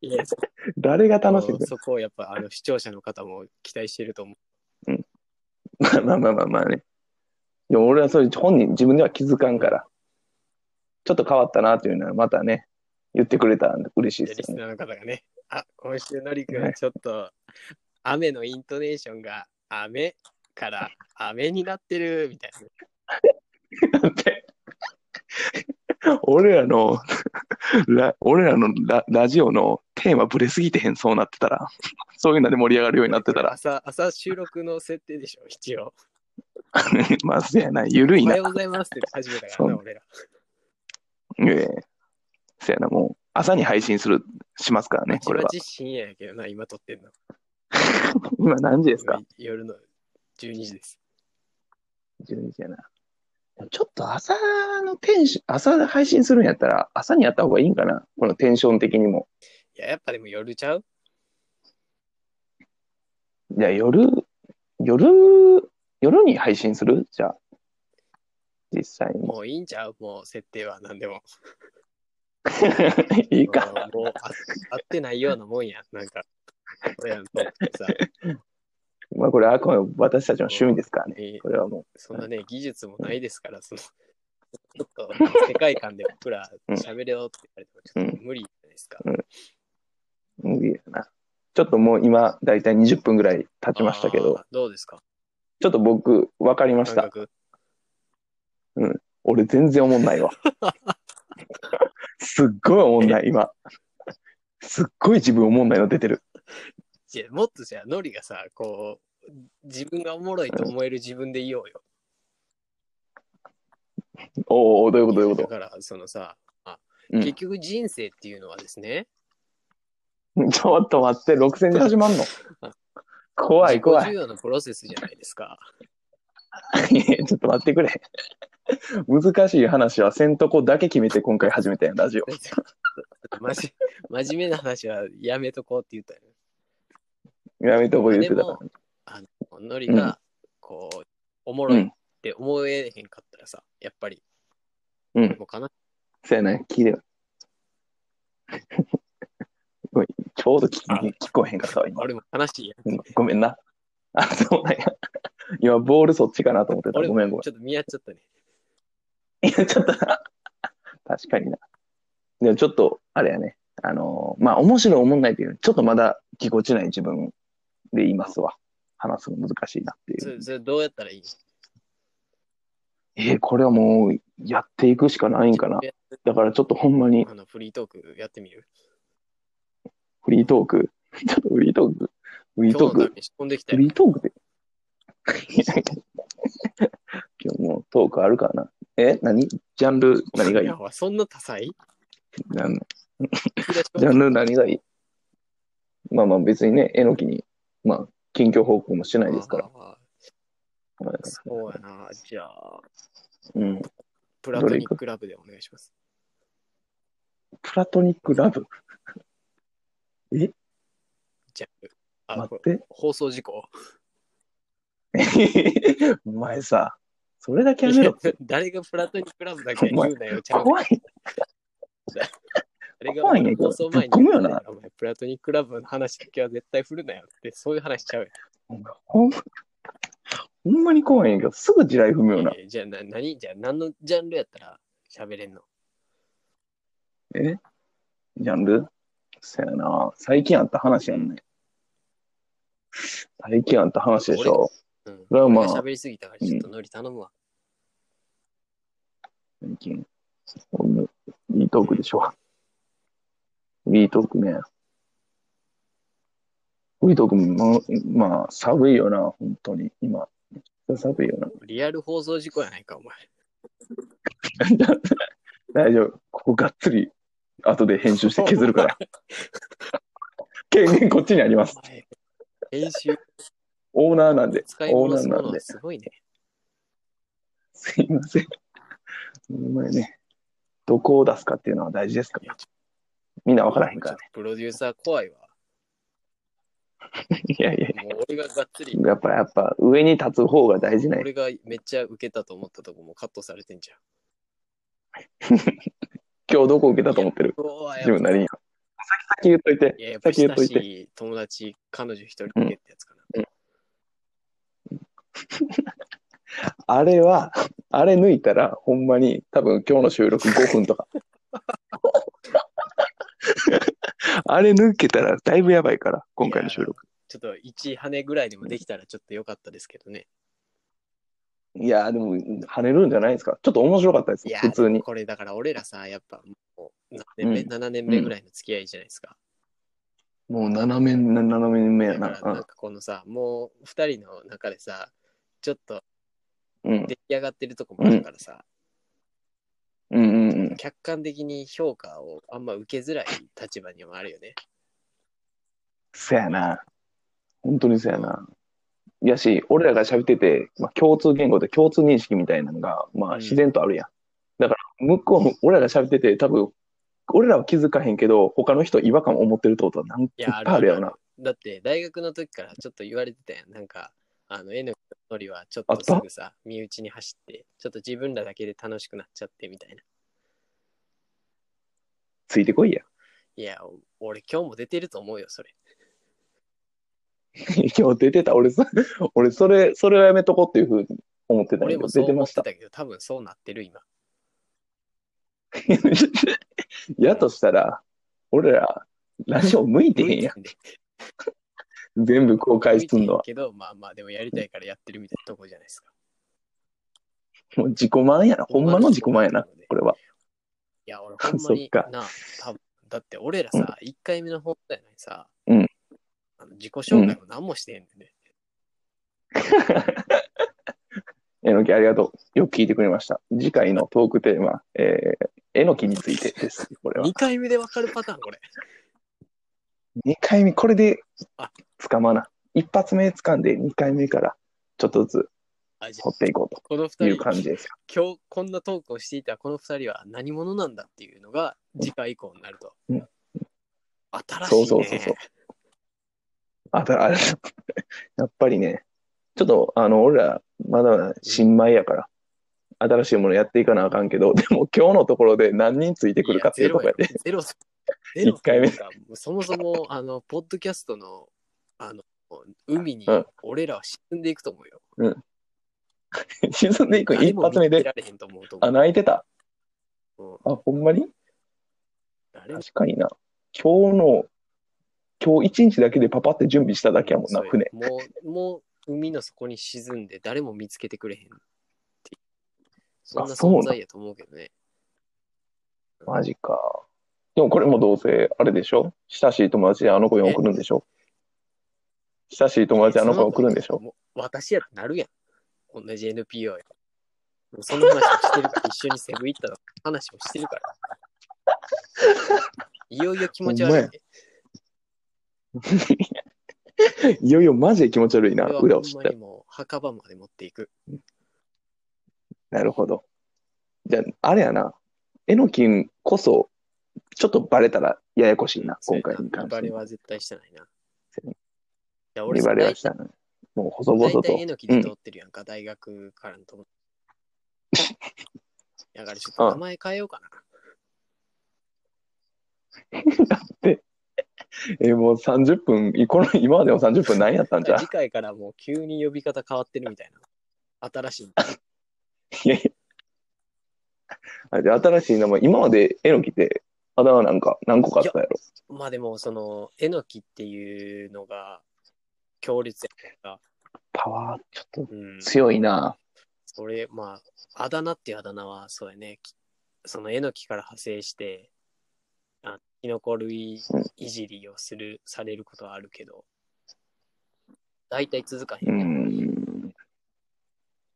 [SPEAKER 4] いや、そ
[SPEAKER 1] 誰が楽しみで
[SPEAKER 4] そこをやっぱあの視聴者の方も期待してると思う。
[SPEAKER 1] まあまあまあまあね。でも俺はそれ本人自分では気づかんから。ちょっと変わったなというのは、またね、言ってくれたら嬉しい
[SPEAKER 4] リ
[SPEAKER 1] です
[SPEAKER 4] ス
[SPEAKER 1] よね。
[SPEAKER 4] ナーの方がね、あ、今週のりく
[SPEAKER 1] ね
[SPEAKER 4] ん、ちょっと、雨のイントネーションが、雨から、雨になってる、みたいな。
[SPEAKER 1] だって、俺らの、ラ俺らのララジオのテーマぶれすぎてへん、そうなってたら。そういうので盛り上がるようになってた ら。
[SPEAKER 4] 朝、朝収録の設定でしょ、一応。
[SPEAKER 1] まあ、せやな、ゆるい
[SPEAKER 4] お
[SPEAKER 1] な
[SPEAKER 4] は。ようございますって始めたか
[SPEAKER 1] そう
[SPEAKER 4] らな、俺ら。
[SPEAKER 1] ええせやな、もう、朝に配信する、しますからね、
[SPEAKER 4] ち
[SPEAKER 1] これ
[SPEAKER 4] ま
[SPEAKER 1] は。
[SPEAKER 4] ち深夜やけどな、今撮ってんの。
[SPEAKER 1] 今何時ですか
[SPEAKER 4] 今夜の12時です。
[SPEAKER 1] ?12 時やな。ちょっと朝のテンション、朝配信するんやったら、朝にやった方がいいんかなこのテンション的にも。
[SPEAKER 4] いや、やっぱでも夜ちゃう
[SPEAKER 1] じゃあ夜、夜、夜に配信するじゃあ、実際 に。
[SPEAKER 4] もういいんちゃうもう設定は何でも。
[SPEAKER 1] いいか。
[SPEAKER 4] もうもうあ合ってないようなもんや。なんか、俺らのさ、
[SPEAKER 1] まあこれはこれ私たちの趣味ですからね。
[SPEAKER 4] えー
[SPEAKER 1] これはも
[SPEAKER 4] そんなね、技術もないですから、その、ちょっと世界観で僕ら喋れよって言われてもちょっと無理じゃないですか。
[SPEAKER 1] う無理やな。ちょっともう今、だいたい20分ぐらい経ちましたけど
[SPEAKER 4] あー、。どうですか
[SPEAKER 1] ちょっと僕、わかりまし
[SPEAKER 4] 感
[SPEAKER 1] た。
[SPEAKER 4] 覚
[SPEAKER 1] 俺全然思ん ないわ。すっごい思んない、今。すっごい自分思んないの出てる。
[SPEAKER 4] いやもっとじゃあ、ノリがさ、こう、自分がおもろいと思える自分でいようよ。
[SPEAKER 1] おおどういうことどういう
[SPEAKER 4] だ
[SPEAKER 1] こ
[SPEAKER 4] から、そのさ、あ
[SPEAKER 1] うん
[SPEAKER 4] 結局人生っていうのはですね、
[SPEAKER 1] とちょっと待って、6戦で始まんの
[SPEAKER 4] あ。
[SPEAKER 1] 怖い怖
[SPEAKER 4] 自己
[SPEAKER 1] い。
[SPEAKER 4] 重要のプロセスじゃないですか。
[SPEAKER 1] いやちょっと待ってくれ。難しい話はせんとこだけ決めて今回始めたやん、ラジオ。
[SPEAKER 4] まじ真面目な話はやめとこうって言ったよね。
[SPEAKER 1] やめとこ言うて
[SPEAKER 4] で
[SPEAKER 1] た
[SPEAKER 4] も
[SPEAKER 1] か、
[SPEAKER 4] あの、ノリが、こう、おもろいって思えへんかったらさ、やっぱり、
[SPEAKER 1] うん
[SPEAKER 4] もうかな。
[SPEAKER 1] ら。そうやな、聞いてよ。ごめんちょうど聞き
[SPEAKER 4] あ
[SPEAKER 1] 聞こえへんかったわ、今。
[SPEAKER 4] 俺も悲しいやん。
[SPEAKER 1] うんごめんな。あ、そうなんや。今、ボールそっちかなと思ってた。
[SPEAKER 4] 俺
[SPEAKER 1] ご
[SPEAKER 4] も
[SPEAKER 1] めんごめん
[SPEAKER 4] ちょっと見合っちゃったね。
[SPEAKER 1] いや、ちょっとな、確かにな。でもちょっと、あれやね。あのーまあ、面白い思んないというよりちょっとまだぎこちない自分でいますわ。話すの難しいなって
[SPEAKER 4] そ
[SPEAKER 1] い
[SPEAKER 4] れ
[SPEAKER 1] う。
[SPEAKER 4] それどうやったらいい
[SPEAKER 1] えーこれはもう、やっていくしかないんかな。だからちょっとほんまに
[SPEAKER 4] あのフリートークやってみる
[SPEAKER 1] フリートーク。ちょっとフリートーク。フリ
[SPEAKER 4] 今日
[SPEAKER 1] ートー
[SPEAKER 4] の
[SPEAKER 1] ク
[SPEAKER 4] た。めに仕込んできた
[SPEAKER 1] フ
[SPEAKER 4] よ。
[SPEAKER 1] リートークで。 今日もうトークあるからな。え何ジャンル何がいい
[SPEAKER 4] お前らはそんな多彩
[SPEAKER 1] なん
[SPEAKER 4] 引き出し
[SPEAKER 1] ジャンル何がいいまあまあ別にね、えのきに、まあ、近況報告もしてないですから。
[SPEAKER 4] ああそうやな。じゃあ、
[SPEAKER 1] うん。
[SPEAKER 4] プラトニックラブでお願いします。
[SPEAKER 1] プラトニックラブ
[SPEAKER 4] ジャンル。あ、
[SPEAKER 1] 待
[SPEAKER 4] こ
[SPEAKER 1] っ
[SPEAKER 4] れ
[SPEAKER 1] て。
[SPEAKER 4] 放送事故。
[SPEAKER 1] お前さ、それだけやめろって。
[SPEAKER 4] 誰がプラトニックラブだけ言うなよ、ちゃんと。
[SPEAKER 1] 怖い。
[SPEAKER 4] 誰が
[SPEAKER 1] 怖いね
[SPEAKER 4] 放送前に
[SPEAKER 1] ぶっ込むよな。
[SPEAKER 4] お前、プラトニックラブの話だけは絶対振るなよって、そういう話しちゃうよ。
[SPEAKER 1] お前ほんほんまに怖いんやけど、すぐ地雷踏むような。
[SPEAKER 4] えーじゃあ、な何じゃあ、何のジャンルやったら喋れんの
[SPEAKER 1] えジャンルそやな。最近あった話やんね。最近あった話でしょ。
[SPEAKER 4] うん。
[SPEAKER 1] それはまあ
[SPEAKER 4] 俺が喋りすぎたから、ちょっとノリ頼むわ。
[SPEAKER 1] 最近。ほんのいいトークでしょ。いいトークね。フリートークも、ままあ、寒いよな、本当に。今。寒いよな。
[SPEAKER 4] リアル放送事故やないか、お前。
[SPEAKER 1] 大丈夫。ここがっつり、後で編集して削る から。権限こっちにあります。
[SPEAKER 4] お前編集
[SPEAKER 1] オーナーなんで。
[SPEAKER 4] 使い物す
[SPEAKER 1] オー
[SPEAKER 4] も
[SPEAKER 1] ナーなん
[SPEAKER 4] の
[SPEAKER 1] で。
[SPEAKER 4] すごいね。
[SPEAKER 1] すいません。お前ね、どこを出すかっていうのは大事ですか
[SPEAKER 4] いや
[SPEAKER 1] ら。みんな分からへんからね。
[SPEAKER 4] ちょっとプロデューサー怖いわ。
[SPEAKER 1] いやいやい
[SPEAKER 4] もう俺ががっつり、
[SPEAKER 1] や。やっぱ、やっぱ、上に立つ方が大事なんや
[SPEAKER 4] 俺がめっちゃ受けたと思ったとこもカットされてんじゃん。
[SPEAKER 1] 今日どこ受けたと思ってる
[SPEAKER 4] うわやっぱ
[SPEAKER 1] 自分なりに。先々言っとい
[SPEAKER 4] いや、や
[SPEAKER 1] て
[SPEAKER 4] っ、ぱ
[SPEAKER 1] 先言っ
[SPEAKER 4] 親
[SPEAKER 1] と
[SPEAKER 4] し
[SPEAKER 1] いて。
[SPEAKER 4] い友達、彼女一人だけってやつかな。
[SPEAKER 1] あれは、あれ抜いたら、ほんまに、多分今日の収録5分とか。あれ抜けたら、だいぶやばいから、今回の収録。
[SPEAKER 4] ちょっと1羽ぐらいでもできたらちょっと良かったですけどね。
[SPEAKER 1] いやー、でも、跳ねるんじゃないですか。ちょっと面白かったです
[SPEAKER 4] い
[SPEAKER 1] よ
[SPEAKER 4] や、
[SPEAKER 1] 普通に。
[SPEAKER 4] これだから俺らさ、やっぱもう何年目、
[SPEAKER 1] うん
[SPEAKER 4] 7年目ぐらいの付き合いじゃないですか。
[SPEAKER 1] もう斜め、斜め目や
[SPEAKER 4] だから
[SPEAKER 1] な。
[SPEAKER 4] なんかこのさ、もう2人の中でさ、ちょっと
[SPEAKER 1] うん。うん
[SPEAKER 4] 出来上がってるとこもあるからさ、
[SPEAKER 1] うんうんうん。
[SPEAKER 4] 客観的に評価をあんま受けづらい立場にもあるよね。
[SPEAKER 1] そやな。本当にそやな。やし、俺らが喋ってて、まあ、共通言語で共通認識みたいなのが、ま
[SPEAKER 4] う
[SPEAKER 1] あ、
[SPEAKER 4] ん
[SPEAKER 1] 自然とあるやん。だから、向こう、俺らが喋ってて、多分、俺らは気づかへんけど、他の人違和感を持ってるってことはなんいっ
[SPEAKER 4] い
[SPEAKER 1] ぱい
[SPEAKER 4] や、ある
[SPEAKER 1] あ
[SPEAKER 4] あ
[SPEAKER 1] る
[SPEAKER 4] る
[SPEAKER 1] やろな。
[SPEAKER 4] だって大学の時からちょっと言われてたやん。なんか、あの、N のノリはちょっとすぐさ、身内に走って、ちょっと自分らだけで楽しくなっちゃってみたいな。
[SPEAKER 1] ついてこいや。
[SPEAKER 4] いや、お俺今日も出てると思うよ、それ。
[SPEAKER 1] 今日出てた。俺そ、俺、それ、それはやめとこうっていうふうに思ってたん
[SPEAKER 4] 俺
[SPEAKER 1] やけど、
[SPEAKER 4] もそ
[SPEAKER 1] 出
[SPEAKER 4] う
[SPEAKER 1] て
[SPEAKER 4] 思
[SPEAKER 1] ま
[SPEAKER 4] っ
[SPEAKER 1] してた。
[SPEAKER 4] たけど、多分そうなってる今。
[SPEAKER 1] やとしたら、俺ら、ラジオ向いてへんや
[SPEAKER 4] 向いてへんで
[SPEAKER 1] ん。全部公開すんのは
[SPEAKER 4] 向い。てへんけど、まあまあ、でもやりたいからやってるみたいなとこじゃないですか。
[SPEAKER 1] もう自己満やな。ほんまの自己満やな、これは。
[SPEAKER 4] いや、俺ほんまに
[SPEAKER 1] そっか
[SPEAKER 4] な、多分だって俺らさ、1回目の放送やのにさ、
[SPEAKER 1] うん
[SPEAKER 4] あの自己紹介も何もしてへんねんね。
[SPEAKER 1] えのきありがとう。よく聞いてくれました。次回のトークテーマ、えー、えのきについてです。これは
[SPEAKER 4] 2。回目でわかるパターン、これ。
[SPEAKER 1] 2回目、これで
[SPEAKER 4] あ
[SPEAKER 1] 掴まな。一発目掴んで、2回目からちょっとず
[SPEAKER 4] あじ
[SPEAKER 1] つ
[SPEAKER 4] ゃあ
[SPEAKER 1] 掘っていこう
[SPEAKER 4] この
[SPEAKER 1] と
[SPEAKER 4] 2
[SPEAKER 1] いう
[SPEAKER 4] 人、
[SPEAKER 1] 感じです。
[SPEAKER 4] 今日こんなトークをしていたこの2人は何者なんだっていうのが次回以降になると。
[SPEAKER 1] うん
[SPEAKER 4] 新しい、
[SPEAKER 1] そ
[SPEAKER 4] ね。
[SPEAKER 1] うそうそうそう。あたあ やっぱりね、ちょっと、あの、俺ら、まだまだ新米やから、新しいものやっていかなあかんけど、でも今日のところで何人ついてくるかっていうとこやで、
[SPEAKER 4] いやゼロやろゼロ。
[SPEAKER 1] 一回目
[SPEAKER 4] ゼロかそもそも、あの、ポッドキャストの、あの、海に
[SPEAKER 1] うんね
[SPEAKER 4] 俺らは沈んでいくと思うよ。
[SPEAKER 1] 沈んでいく
[SPEAKER 4] 何
[SPEAKER 1] 一
[SPEAKER 4] も
[SPEAKER 1] 発目
[SPEAKER 4] 見つけ
[SPEAKER 1] で、
[SPEAKER 4] られへんと思うと思
[SPEAKER 1] あ、
[SPEAKER 4] う。
[SPEAKER 1] 泣いてた。
[SPEAKER 4] うん
[SPEAKER 1] あ、ほんまに
[SPEAKER 4] 誰も
[SPEAKER 1] 確かにな。今日の、今日一日だけでパパって準備しただけやもんな、
[SPEAKER 4] そうよ
[SPEAKER 1] 船。
[SPEAKER 4] もう、もう海の底に沈んで誰も見つけてくれへんっていうそんな
[SPEAKER 1] あそうなん
[SPEAKER 4] 存在やと思うけどね。
[SPEAKER 1] マジか。でもこれもどうせ、あれでしょ親しい友達であの子に送るんでしょ親しい友達であの子に送るんでしょ
[SPEAKER 4] もう私やってなるやん。同じ NPO や。もうその話もしてるから、一緒にセブン行ったの話もしてるから。いよいよ気持ち悪いね。
[SPEAKER 1] いよいよマジで気持ち悪いな、
[SPEAKER 4] これは
[SPEAKER 1] 裏
[SPEAKER 4] ほ
[SPEAKER 1] を
[SPEAKER 4] ん
[SPEAKER 1] 知っ
[SPEAKER 4] ま
[SPEAKER 1] たら
[SPEAKER 4] にもう墓場まで持っていく。
[SPEAKER 1] なるほど。じゃあ、あれやな。えのきんこそ、ちょっとバレたらややこしいな、今回に関
[SPEAKER 4] バ
[SPEAKER 1] して
[SPEAKER 4] レ。は絶対してないな。い
[SPEAKER 1] そうや
[SPEAKER 4] や
[SPEAKER 1] バ
[SPEAKER 4] 俺
[SPEAKER 1] レバ
[SPEAKER 4] さ、
[SPEAKER 1] レ
[SPEAKER 4] 大
[SPEAKER 1] はしたな。もう細々と。
[SPEAKER 4] 大体えのきで通ってるやんか、大学からの友達 だからちょっと名前変えようかな。
[SPEAKER 1] え、もう30分、いこの今までの30分何やったんじゃう
[SPEAKER 4] 次回からもう急に呼び方変わってるみたいな。新しい。
[SPEAKER 1] いやいやあで新しい名前、今までえのきって、あだ名なんか何個かあったやろ。
[SPEAKER 4] まあでも、その、えのきっていうのが強烈やか
[SPEAKER 1] パワー、ちょっ
[SPEAKER 4] ら、うん
[SPEAKER 1] と。強いな。
[SPEAKER 4] 俺、まあ、あだ名っていうあだ名は、そうやね。きそのえのきから派生して、あキノコ類
[SPEAKER 1] うん
[SPEAKER 4] いじりをする、されることはあるけど、大体続かへ
[SPEAKER 1] うん
[SPEAKER 4] ね。
[SPEAKER 1] ん。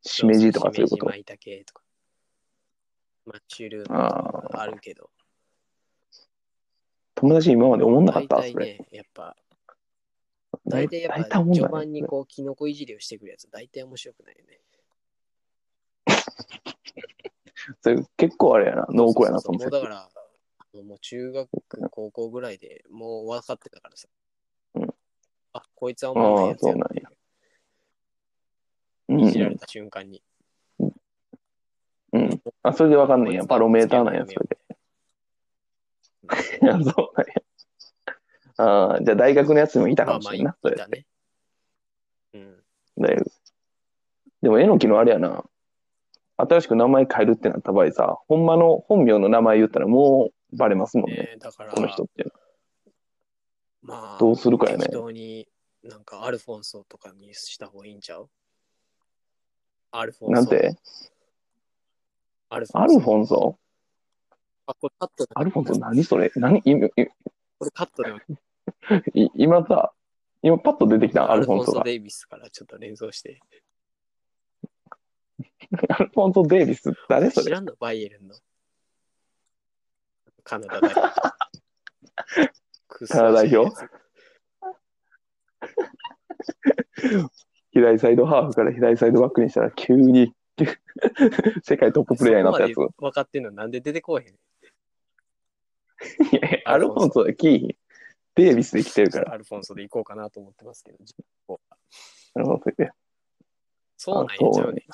[SPEAKER 1] しめじとかそういうこ
[SPEAKER 4] し
[SPEAKER 1] と
[SPEAKER 4] め。じまいたけとか。マッシュルームと
[SPEAKER 1] あ
[SPEAKER 4] か
[SPEAKER 1] あ。
[SPEAKER 4] あるけど。
[SPEAKER 1] 友達今まで思んなかった、
[SPEAKER 4] 大
[SPEAKER 1] そ
[SPEAKER 4] 体
[SPEAKER 1] れ。
[SPEAKER 4] ね、やっぱ、
[SPEAKER 1] 大
[SPEAKER 4] 大
[SPEAKER 1] 体
[SPEAKER 4] 体やっぱ
[SPEAKER 1] 思んない
[SPEAKER 4] 序盤にこう、キノコいじりをしてくるやつ、大体面白くないよね。
[SPEAKER 1] それ結構あれやな、濃厚やな、
[SPEAKER 4] そうそうそうもう
[SPEAKER 1] そ
[SPEAKER 4] だ
[SPEAKER 1] の
[SPEAKER 4] か
[SPEAKER 1] 先
[SPEAKER 4] ら、あのもう中学、高校ぐらいでもう分かってたからさ。
[SPEAKER 1] うん
[SPEAKER 4] あ、こいつは面白いやつや
[SPEAKER 1] ああ
[SPEAKER 4] って
[SPEAKER 1] う
[SPEAKER 4] いじられ
[SPEAKER 1] ん
[SPEAKER 4] た瞬間に。
[SPEAKER 1] うん。うん。あ、それでわかんないんや。
[SPEAKER 4] こいつ
[SPEAKER 1] バロメーターなんや、それで。いや、 そうなんや。ああ、じゃあ大学のやつもいた
[SPEAKER 4] ま
[SPEAKER 1] か
[SPEAKER 4] あ
[SPEAKER 1] もし
[SPEAKER 4] まあ、
[SPEAKER 1] れ
[SPEAKER 4] い
[SPEAKER 1] んな。それ
[SPEAKER 4] たね。うん。
[SPEAKER 1] 大学。でも、えのきのあれやな、新しく名前変えるってなった場合さ、ほんまの本名の名前言ったらもうバレますもんね。
[SPEAKER 4] ねだから
[SPEAKER 1] この人っていうのは。
[SPEAKER 4] まあ
[SPEAKER 1] どうするかやね
[SPEAKER 4] 適当になんかアルフォンソとかにした方がいいんちゃうアルフォンソ
[SPEAKER 1] なんて
[SPEAKER 4] アルフ
[SPEAKER 1] アルフ
[SPEAKER 4] ォンソ
[SPEAKER 1] ォンソ
[SPEAKER 4] あこれカットだ
[SPEAKER 1] アルフォンソ何それ何今
[SPEAKER 4] これカットでも
[SPEAKER 1] い今さ、今パッと出てきたア
[SPEAKER 4] ア
[SPEAKER 1] ル
[SPEAKER 4] ル
[SPEAKER 1] フ
[SPEAKER 4] フ
[SPEAKER 1] ォ
[SPEAKER 4] ォ
[SPEAKER 1] ン
[SPEAKER 4] ン
[SPEAKER 1] ソ
[SPEAKER 4] ソ・
[SPEAKER 1] が。
[SPEAKER 4] デイビスからちょっと連想して
[SPEAKER 1] アルフォンソ・デイビス、誰そ
[SPEAKER 4] 知
[SPEAKER 1] れ
[SPEAKER 4] らんのバイエルンのカナダ代表クソ
[SPEAKER 1] カナダ代表左サイドハーフから左サイドバックにしたら急に 世界トッププレイヤーになったやつ
[SPEAKER 4] そこ。まで分かってんのなんで出てこうへん
[SPEAKER 1] いやいやアルフォンソでキーデイビスで来てるから。
[SPEAKER 4] アルフォンソで行こうかなと思ってますけど
[SPEAKER 1] アルフォンソで
[SPEAKER 4] そうなんやちゃうね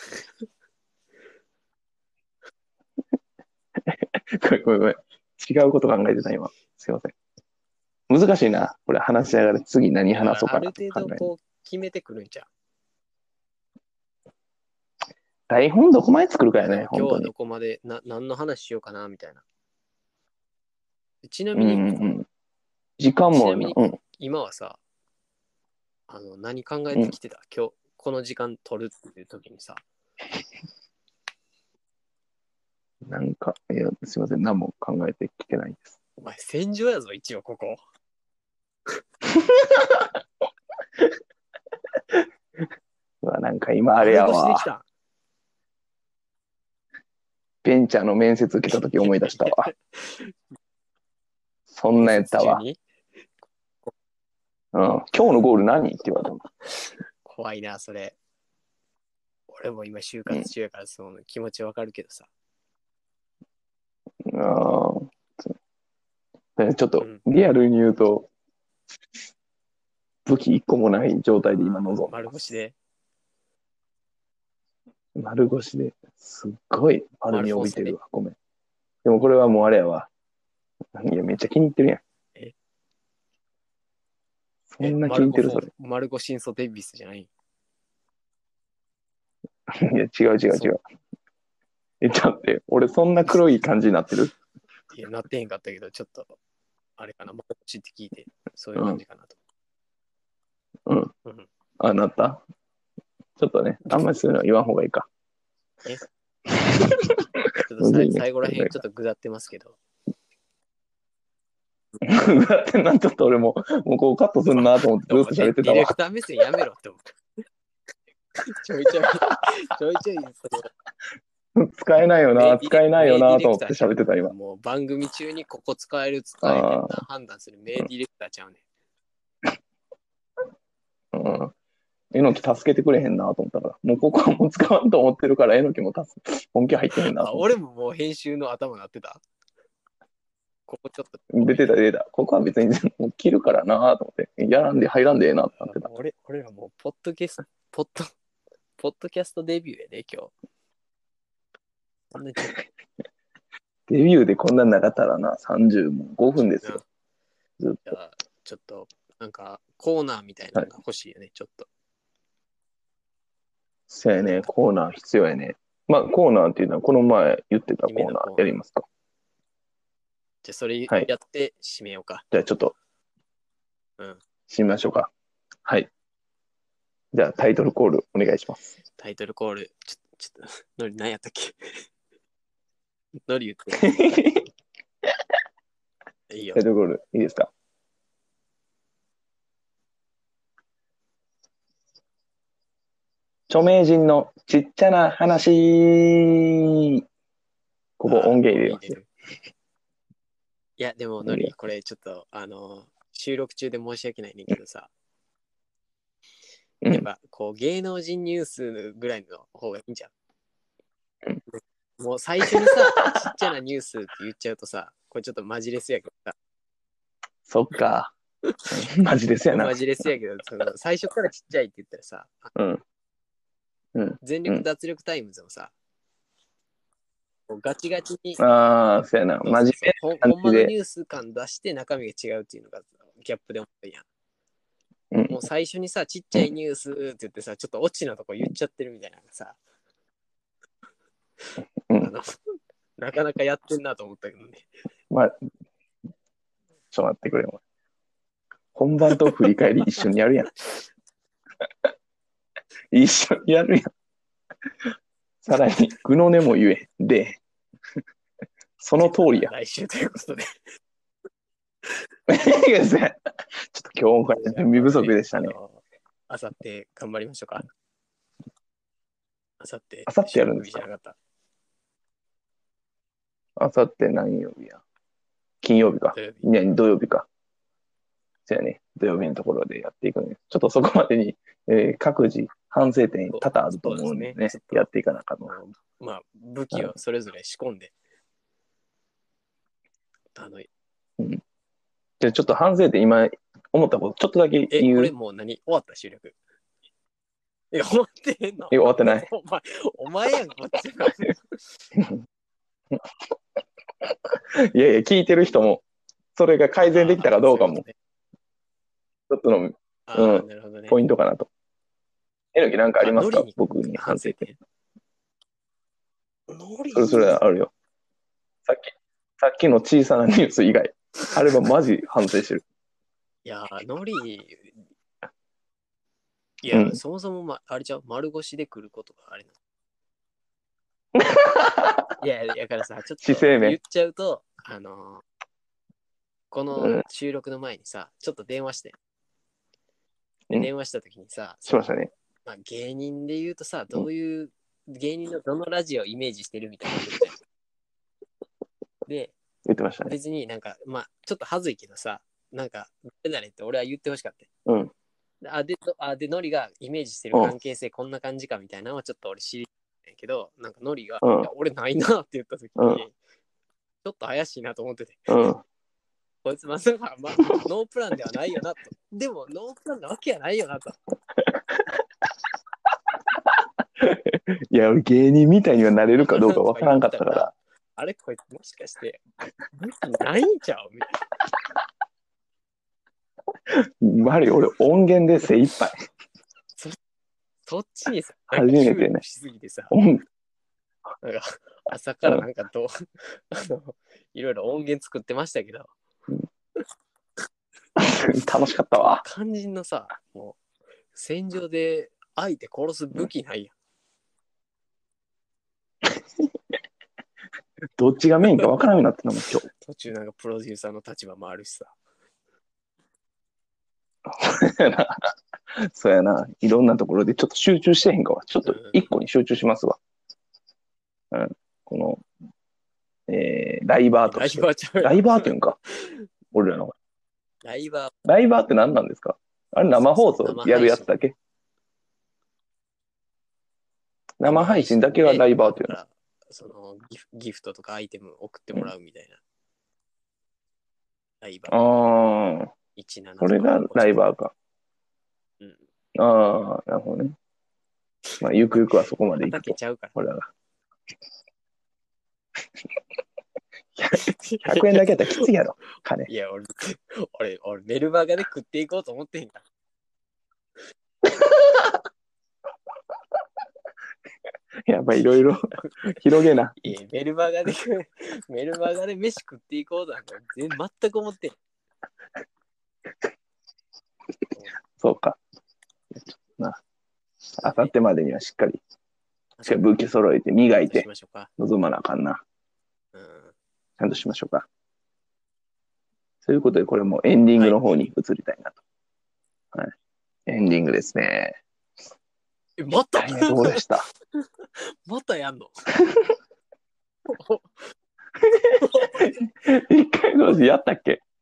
[SPEAKER 1] ごめんごめんごめん。違うこと考えてた今。すいません。難しいな。これ話しながら次何話そうか
[SPEAKER 4] あ
[SPEAKER 1] な
[SPEAKER 4] る
[SPEAKER 1] って考
[SPEAKER 4] 程度
[SPEAKER 1] える。
[SPEAKER 4] こう決めてくるんちゃう
[SPEAKER 1] 台本どこまで作るかやね、
[SPEAKER 4] 今日
[SPEAKER 1] 本当
[SPEAKER 4] は
[SPEAKER 1] に
[SPEAKER 4] ど。こまでな何の話しようかなみたいな。ちな
[SPEAKER 1] う
[SPEAKER 4] み
[SPEAKER 1] ん
[SPEAKER 4] に、
[SPEAKER 1] うんうん。時間も
[SPEAKER 4] ちなみに
[SPEAKER 1] うん、
[SPEAKER 4] 今はさ、あの何考えてきてた、今日この時間取るっていう時にさ、
[SPEAKER 1] なんか、いや、すいません、何も考えてきてないです。
[SPEAKER 4] お前戦場やぞ、一応ここ。
[SPEAKER 1] うわ、なんか今あれや
[SPEAKER 4] 丸腰でき
[SPEAKER 1] わ。
[SPEAKER 4] た
[SPEAKER 1] ベンチャーの面接受けた時思い出し たわ。そんなんやったわ
[SPEAKER 4] 普。通に
[SPEAKER 1] うん。今日のゴール何って言われたもん
[SPEAKER 4] 怖いな、それ。俺も今就活中やから、その気持ちわかるけどさ。
[SPEAKER 1] あーそうねちょっと
[SPEAKER 4] うん
[SPEAKER 1] リアルに言うと、武器一個もない状態で今望んで
[SPEAKER 4] 丸
[SPEAKER 1] ます
[SPEAKER 4] 腰で、
[SPEAKER 1] 丸腰ですっごい丸みを帯びてるわ。ごめん。でもこれはもうあれやわ。いや、めっちゃ気に入ってるやん。
[SPEAKER 4] え
[SPEAKER 1] そんな気に入ってる
[SPEAKER 4] え
[SPEAKER 1] それ。
[SPEAKER 4] 丸腰ンソデイビスじゃない。
[SPEAKER 1] いや、違う違う違う。え、ちょっと待って、俺そんな黒い感じになってる
[SPEAKER 4] いや、なってへんかったけど、ちょっと、あれかな、丸腰って聞いて、そういう感じかなと。
[SPEAKER 1] うん。
[SPEAKER 4] うん
[SPEAKER 1] あ、なったちょっとね、あんまりそういうのは言わん方がいいか。
[SPEAKER 4] ちょっとさい最後らへんちょっと下ってますけど、
[SPEAKER 1] だってな、ちょっと俺も、もうこうカットするなと思ってずっと
[SPEAKER 4] デ
[SPEAKER 1] 喋ってた
[SPEAKER 4] ィレ
[SPEAKER 1] わ。
[SPEAKER 4] クター目線やめろって思う。ちょいちょい、ちょいちょい、
[SPEAKER 1] 使えないよ
[SPEAKER 4] そ
[SPEAKER 1] な、
[SPEAKER 4] の
[SPEAKER 1] 使えないよなと思って喋ってた今。
[SPEAKER 4] もう番組中にここ使える、使えへんな判断する名ディレクターちゃうね。
[SPEAKER 1] うん。えのき助けてくれへんなと思ったから。もうここはもう使わんと思ってるから、えのきも助け本気入ってへんなと
[SPEAKER 4] あ
[SPEAKER 1] 思って。
[SPEAKER 4] 俺ももう編集の頭なってた。ここちょっと、
[SPEAKER 1] 出てた出てた。ここは別にもう切るからなと思って。やらんで入らんでええなってなってた。
[SPEAKER 4] 俺俺らもう、ポッドキャスト、ポッド、ポッドキャストデビューやで、今日。こんなに
[SPEAKER 1] デビューでこんなんなかったらな、35分ですよ。ずっ
[SPEAKER 4] じゃあ、ちょっと、なんか、コーナーみたいなのが欲しいよね、ちょっと。
[SPEAKER 1] そうやね、コーナー必要やね。まあ、コーナーっていうのは、この前言ってたコーナーやりますか。
[SPEAKER 4] じゃあ、それ
[SPEAKER 1] はい
[SPEAKER 4] やって締めようか。
[SPEAKER 1] じゃあ、ちょっと、
[SPEAKER 4] うん
[SPEAKER 1] しましょうか。はい。じゃあ、タイトルコールお願いし ます。
[SPEAKER 4] タイトルコール。ちょちょっと、ノリ何やったっけ ノリ言っ
[SPEAKER 1] タイ
[SPEAKER 4] て。いいよ
[SPEAKER 1] ト。ルコール、いいですか著名人のちっちゃな話。ここ音源入れます
[SPEAKER 4] 入れるいや、でも、ノリ、これちょっと、あの、収録中で申し訳ないねんけどさ、
[SPEAKER 1] うん
[SPEAKER 4] やっぱ、こう、芸能人ニュースぐらいの方がいいんじゃん。もう最初 にさ、ちっちゃなニュースって言っちゃうとさ、これちょっとマジレスやけどさ、
[SPEAKER 1] そっ か。マジですやな
[SPEAKER 4] マ。ジレスやけど、その最初からちっちゃいって言ったらさ、
[SPEAKER 1] うんうん
[SPEAKER 4] 全力脱力タイムズもさ、こうガチガチに、
[SPEAKER 1] ああ、そうやな。真面目
[SPEAKER 4] そうそうほん
[SPEAKER 1] 感
[SPEAKER 4] ほん
[SPEAKER 1] じで
[SPEAKER 4] まのニュース感出して中身が違うっていうのがギャップで思ったやん。
[SPEAKER 1] うん
[SPEAKER 4] もう最初にさ、ちっちゃいニュースって言ってさ、ちょっとオチのとこ言っちゃってるみたいなのがさ、
[SPEAKER 1] うん
[SPEAKER 4] あのなかなかやってんなと思ったけどね。
[SPEAKER 1] まあ、ちょっと待ってくれよ。本番と振り返り一緒にやるやん。 一緒にやるやん。さらに、具の根も言え。で、その通りや。
[SPEAKER 4] 来週ということで。
[SPEAKER 1] いやそやちょっと今日もこれ準備不足でしたね
[SPEAKER 4] あ。の。あさって頑張りましょうか。あさって。
[SPEAKER 1] 明後日やるんです
[SPEAKER 4] 収録日じゃ
[SPEAKER 1] か
[SPEAKER 4] なかっ
[SPEAKER 1] あさって何曜日や金曜日
[SPEAKER 4] た
[SPEAKER 1] か
[SPEAKER 4] 土。曜日
[SPEAKER 1] いや土曜日か。そやね。土曜日のところでやっていくね。ちょっとそこまでに、えー各自反省点多々あると思うんで
[SPEAKER 4] そうで
[SPEAKER 1] ね
[SPEAKER 4] すね。
[SPEAKER 1] やっていかなあかんの。
[SPEAKER 4] まあ、武器をそれぞれ仕込んで。あの、え、
[SPEAKER 1] じゃあちょっと反省点今思ったことちょっとだけ言
[SPEAKER 4] これ
[SPEAKER 1] う。
[SPEAKER 4] もう何終わった収録。え、終わってへんの
[SPEAKER 1] え終わってない。
[SPEAKER 4] お前、お前やん、こっちが。
[SPEAKER 1] いやいや、聞いてる人も、それが改善できたかどうかも、ちょっとの
[SPEAKER 4] あー。そういうことねあー
[SPEAKER 1] うん
[SPEAKER 4] なるほどね。
[SPEAKER 1] ポイントかなと。えのきなんかあります
[SPEAKER 4] あ
[SPEAKER 1] か
[SPEAKER 4] ノリに
[SPEAKER 1] 僕に反省点。
[SPEAKER 4] 点。ノリ
[SPEAKER 1] それそれあるよ。さっき、さっきの小さなニュース以外、あれはマジ反省してる。
[SPEAKER 4] いやー、ノリ。いや、
[SPEAKER 1] うん
[SPEAKER 4] そもそも、ま、あれじゃう丸腰で来ることがあれな の。いや、だからさ、ちょっ
[SPEAKER 1] 姿
[SPEAKER 4] と
[SPEAKER 1] 勢面
[SPEAKER 4] 言っちゃうと、あのーこ
[SPEAKER 1] うん
[SPEAKER 4] の収録の前にさ、ちょっと電話して。
[SPEAKER 1] う
[SPEAKER 4] で
[SPEAKER 1] ん
[SPEAKER 4] 電話した時にさ、
[SPEAKER 1] しましたね。
[SPEAKER 4] まあ、芸人で言うとさ、どういう、芸人のどのラジオをイメージしてるみたいなことじ ゃん。で、
[SPEAKER 1] 言ってましたね。
[SPEAKER 4] 別になんか、まあ、ちょっと恥ずいけどさ、なんか、誰々って俺は言ってほしかった。
[SPEAKER 1] うん。
[SPEAKER 4] であで、とあで、ノリがイメージしてる関係性こんな感じかみたいなのはちょっと俺知りたいんやけど、なんかノリが、
[SPEAKER 1] うん
[SPEAKER 4] いや俺ないなって言った時に、
[SPEAKER 1] うん
[SPEAKER 4] ちょっと怪しいなと思ってて、
[SPEAKER 1] うん。
[SPEAKER 4] こいつまさか、まあ、ノープランではないよなと。でも、ノープランなわけやないよなと。
[SPEAKER 1] いや、俺芸人みたいにはなれるかどうかわからんかったから、
[SPEAKER 4] あれこいつもしかして、 ないんちゃうみたい
[SPEAKER 1] やはり俺音源で精一杯。
[SPEAKER 4] な。そっちにさ、
[SPEAKER 1] 初めてね
[SPEAKER 4] 注力しすぎてさ、
[SPEAKER 1] 音
[SPEAKER 4] なんか朝からなんかどう、 あの、いろいろ音源作ってましたけど、
[SPEAKER 1] 楽しかったわ。
[SPEAKER 4] 肝心のさ、もう、戦場で相手殺す武器ないやん。
[SPEAKER 1] どっちがメインかわからんようになってたもん、今日。
[SPEAKER 4] 途中なんかプロデューサーの立場もあるしさ。
[SPEAKER 1] そうやな。いろんなところでちょっと集中してへんかわ。ちょっと一個に集中しますわ。うん。この、えー、ライバーと
[SPEAKER 4] ライ
[SPEAKER 1] して。
[SPEAKER 4] バーちゃうや
[SPEAKER 1] ラ
[SPEAKER 4] ん
[SPEAKER 1] イバーっていうんか。俺らの。
[SPEAKER 4] ライバー、
[SPEAKER 1] ライバーって何なんですかあれ生放送やるやつだけ生配信だけがライバーっていう
[SPEAKER 4] だ
[SPEAKER 1] の。
[SPEAKER 4] からそのギフ、ギフトとかアイテム送ってもらうみたいな。ライバー。
[SPEAKER 1] ああ、
[SPEAKER 4] 17とか
[SPEAKER 1] これがライバーか。
[SPEAKER 4] うん
[SPEAKER 1] ああ、なるほどね。まあ、ゆくゆくはそこまで行く
[SPEAKER 4] 畑
[SPEAKER 1] と。
[SPEAKER 4] ちゃ うから。
[SPEAKER 1] 俺らが。100円だけやったらきついや ろ、金。
[SPEAKER 4] いや、俺、俺、俺、メルマガで食っていこうと思ってへんから。
[SPEAKER 1] やっぱいろいろ 広げな。
[SPEAKER 4] いや、メルマガで、 メルマガで飯食っていこうなんか全全く思ってへん。
[SPEAKER 1] そうか。な。あさってまでにはしっかり、しっかり武器揃えて、磨い、
[SPEAKER 4] してましょうか。
[SPEAKER 1] 臨まなあかんな。
[SPEAKER 4] うん。
[SPEAKER 1] ちゃんとしましょうか。ということで、これもエンディングの方に移りたいなと。はい。エンディングですね。
[SPEAKER 4] え、また、
[SPEAKER 1] はい、どうでした
[SPEAKER 4] またやんの
[SPEAKER 1] 一回どうしやったっけ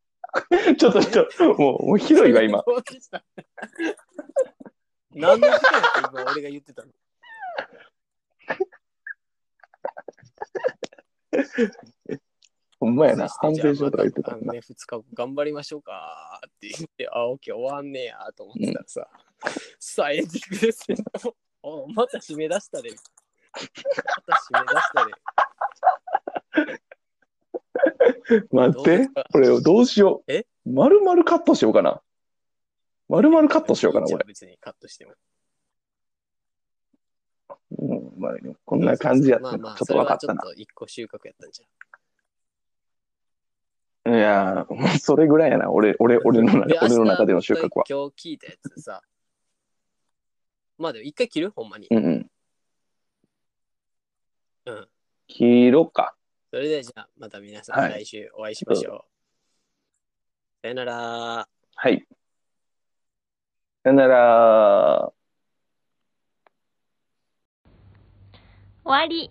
[SPEAKER 1] ちょっと、ちょっと、もう、もう広いわ、今。。
[SPEAKER 4] 何の時間やった今俺が言ってたの。
[SPEAKER 1] ほんまやな。
[SPEAKER 4] そ
[SPEAKER 1] 反
[SPEAKER 4] して
[SPEAKER 1] 省しようとか言ってたもん
[SPEAKER 4] じゃあまあの
[SPEAKER 1] な。
[SPEAKER 4] ね、2日後頑張りましょうかって言って、あ、オッケー終わんねやと思ってたらさ、さあ、エンディングですね。おまた締め出したで。また締め出したで。
[SPEAKER 1] 待っ
[SPEAKER 4] どうで
[SPEAKER 1] て
[SPEAKER 4] すか、
[SPEAKER 1] これをどうしよう。
[SPEAKER 4] え
[SPEAKER 1] まるまるカットしようかな。丸々カットしようかな、
[SPEAKER 4] いいじ
[SPEAKER 1] こ
[SPEAKER 4] ゃん
[SPEAKER 1] れ。
[SPEAKER 4] 別にカットしても。
[SPEAKER 1] うん、まあ、こんな感じやった
[SPEAKER 4] まあ
[SPEAKER 1] の
[SPEAKER 4] まあ
[SPEAKER 1] ちょっと分かった
[SPEAKER 4] それ
[SPEAKER 1] な
[SPEAKER 4] はちょっと一個収穫やったんじゃん。
[SPEAKER 1] いやー、もうそれぐらいやな、俺、俺、俺の中
[SPEAKER 4] で
[SPEAKER 1] 俺の中での収穫は。。
[SPEAKER 4] 明日今日聞いたやつさ。まあでも一回切るほんまに。
[SPEAKER 1] うんうん。
[SPEAKER 4] うん。
[SPEAKER 1] 黄色か。
[SPEAKER 4] それではじゃあまた皆さん
[SPEAKER 1] はい
[SPEAKER 4] 来週お会いしましょう。さよなら。
[SPEAKER 1] はい。さよなら
[SPEAKER 2] 終わり。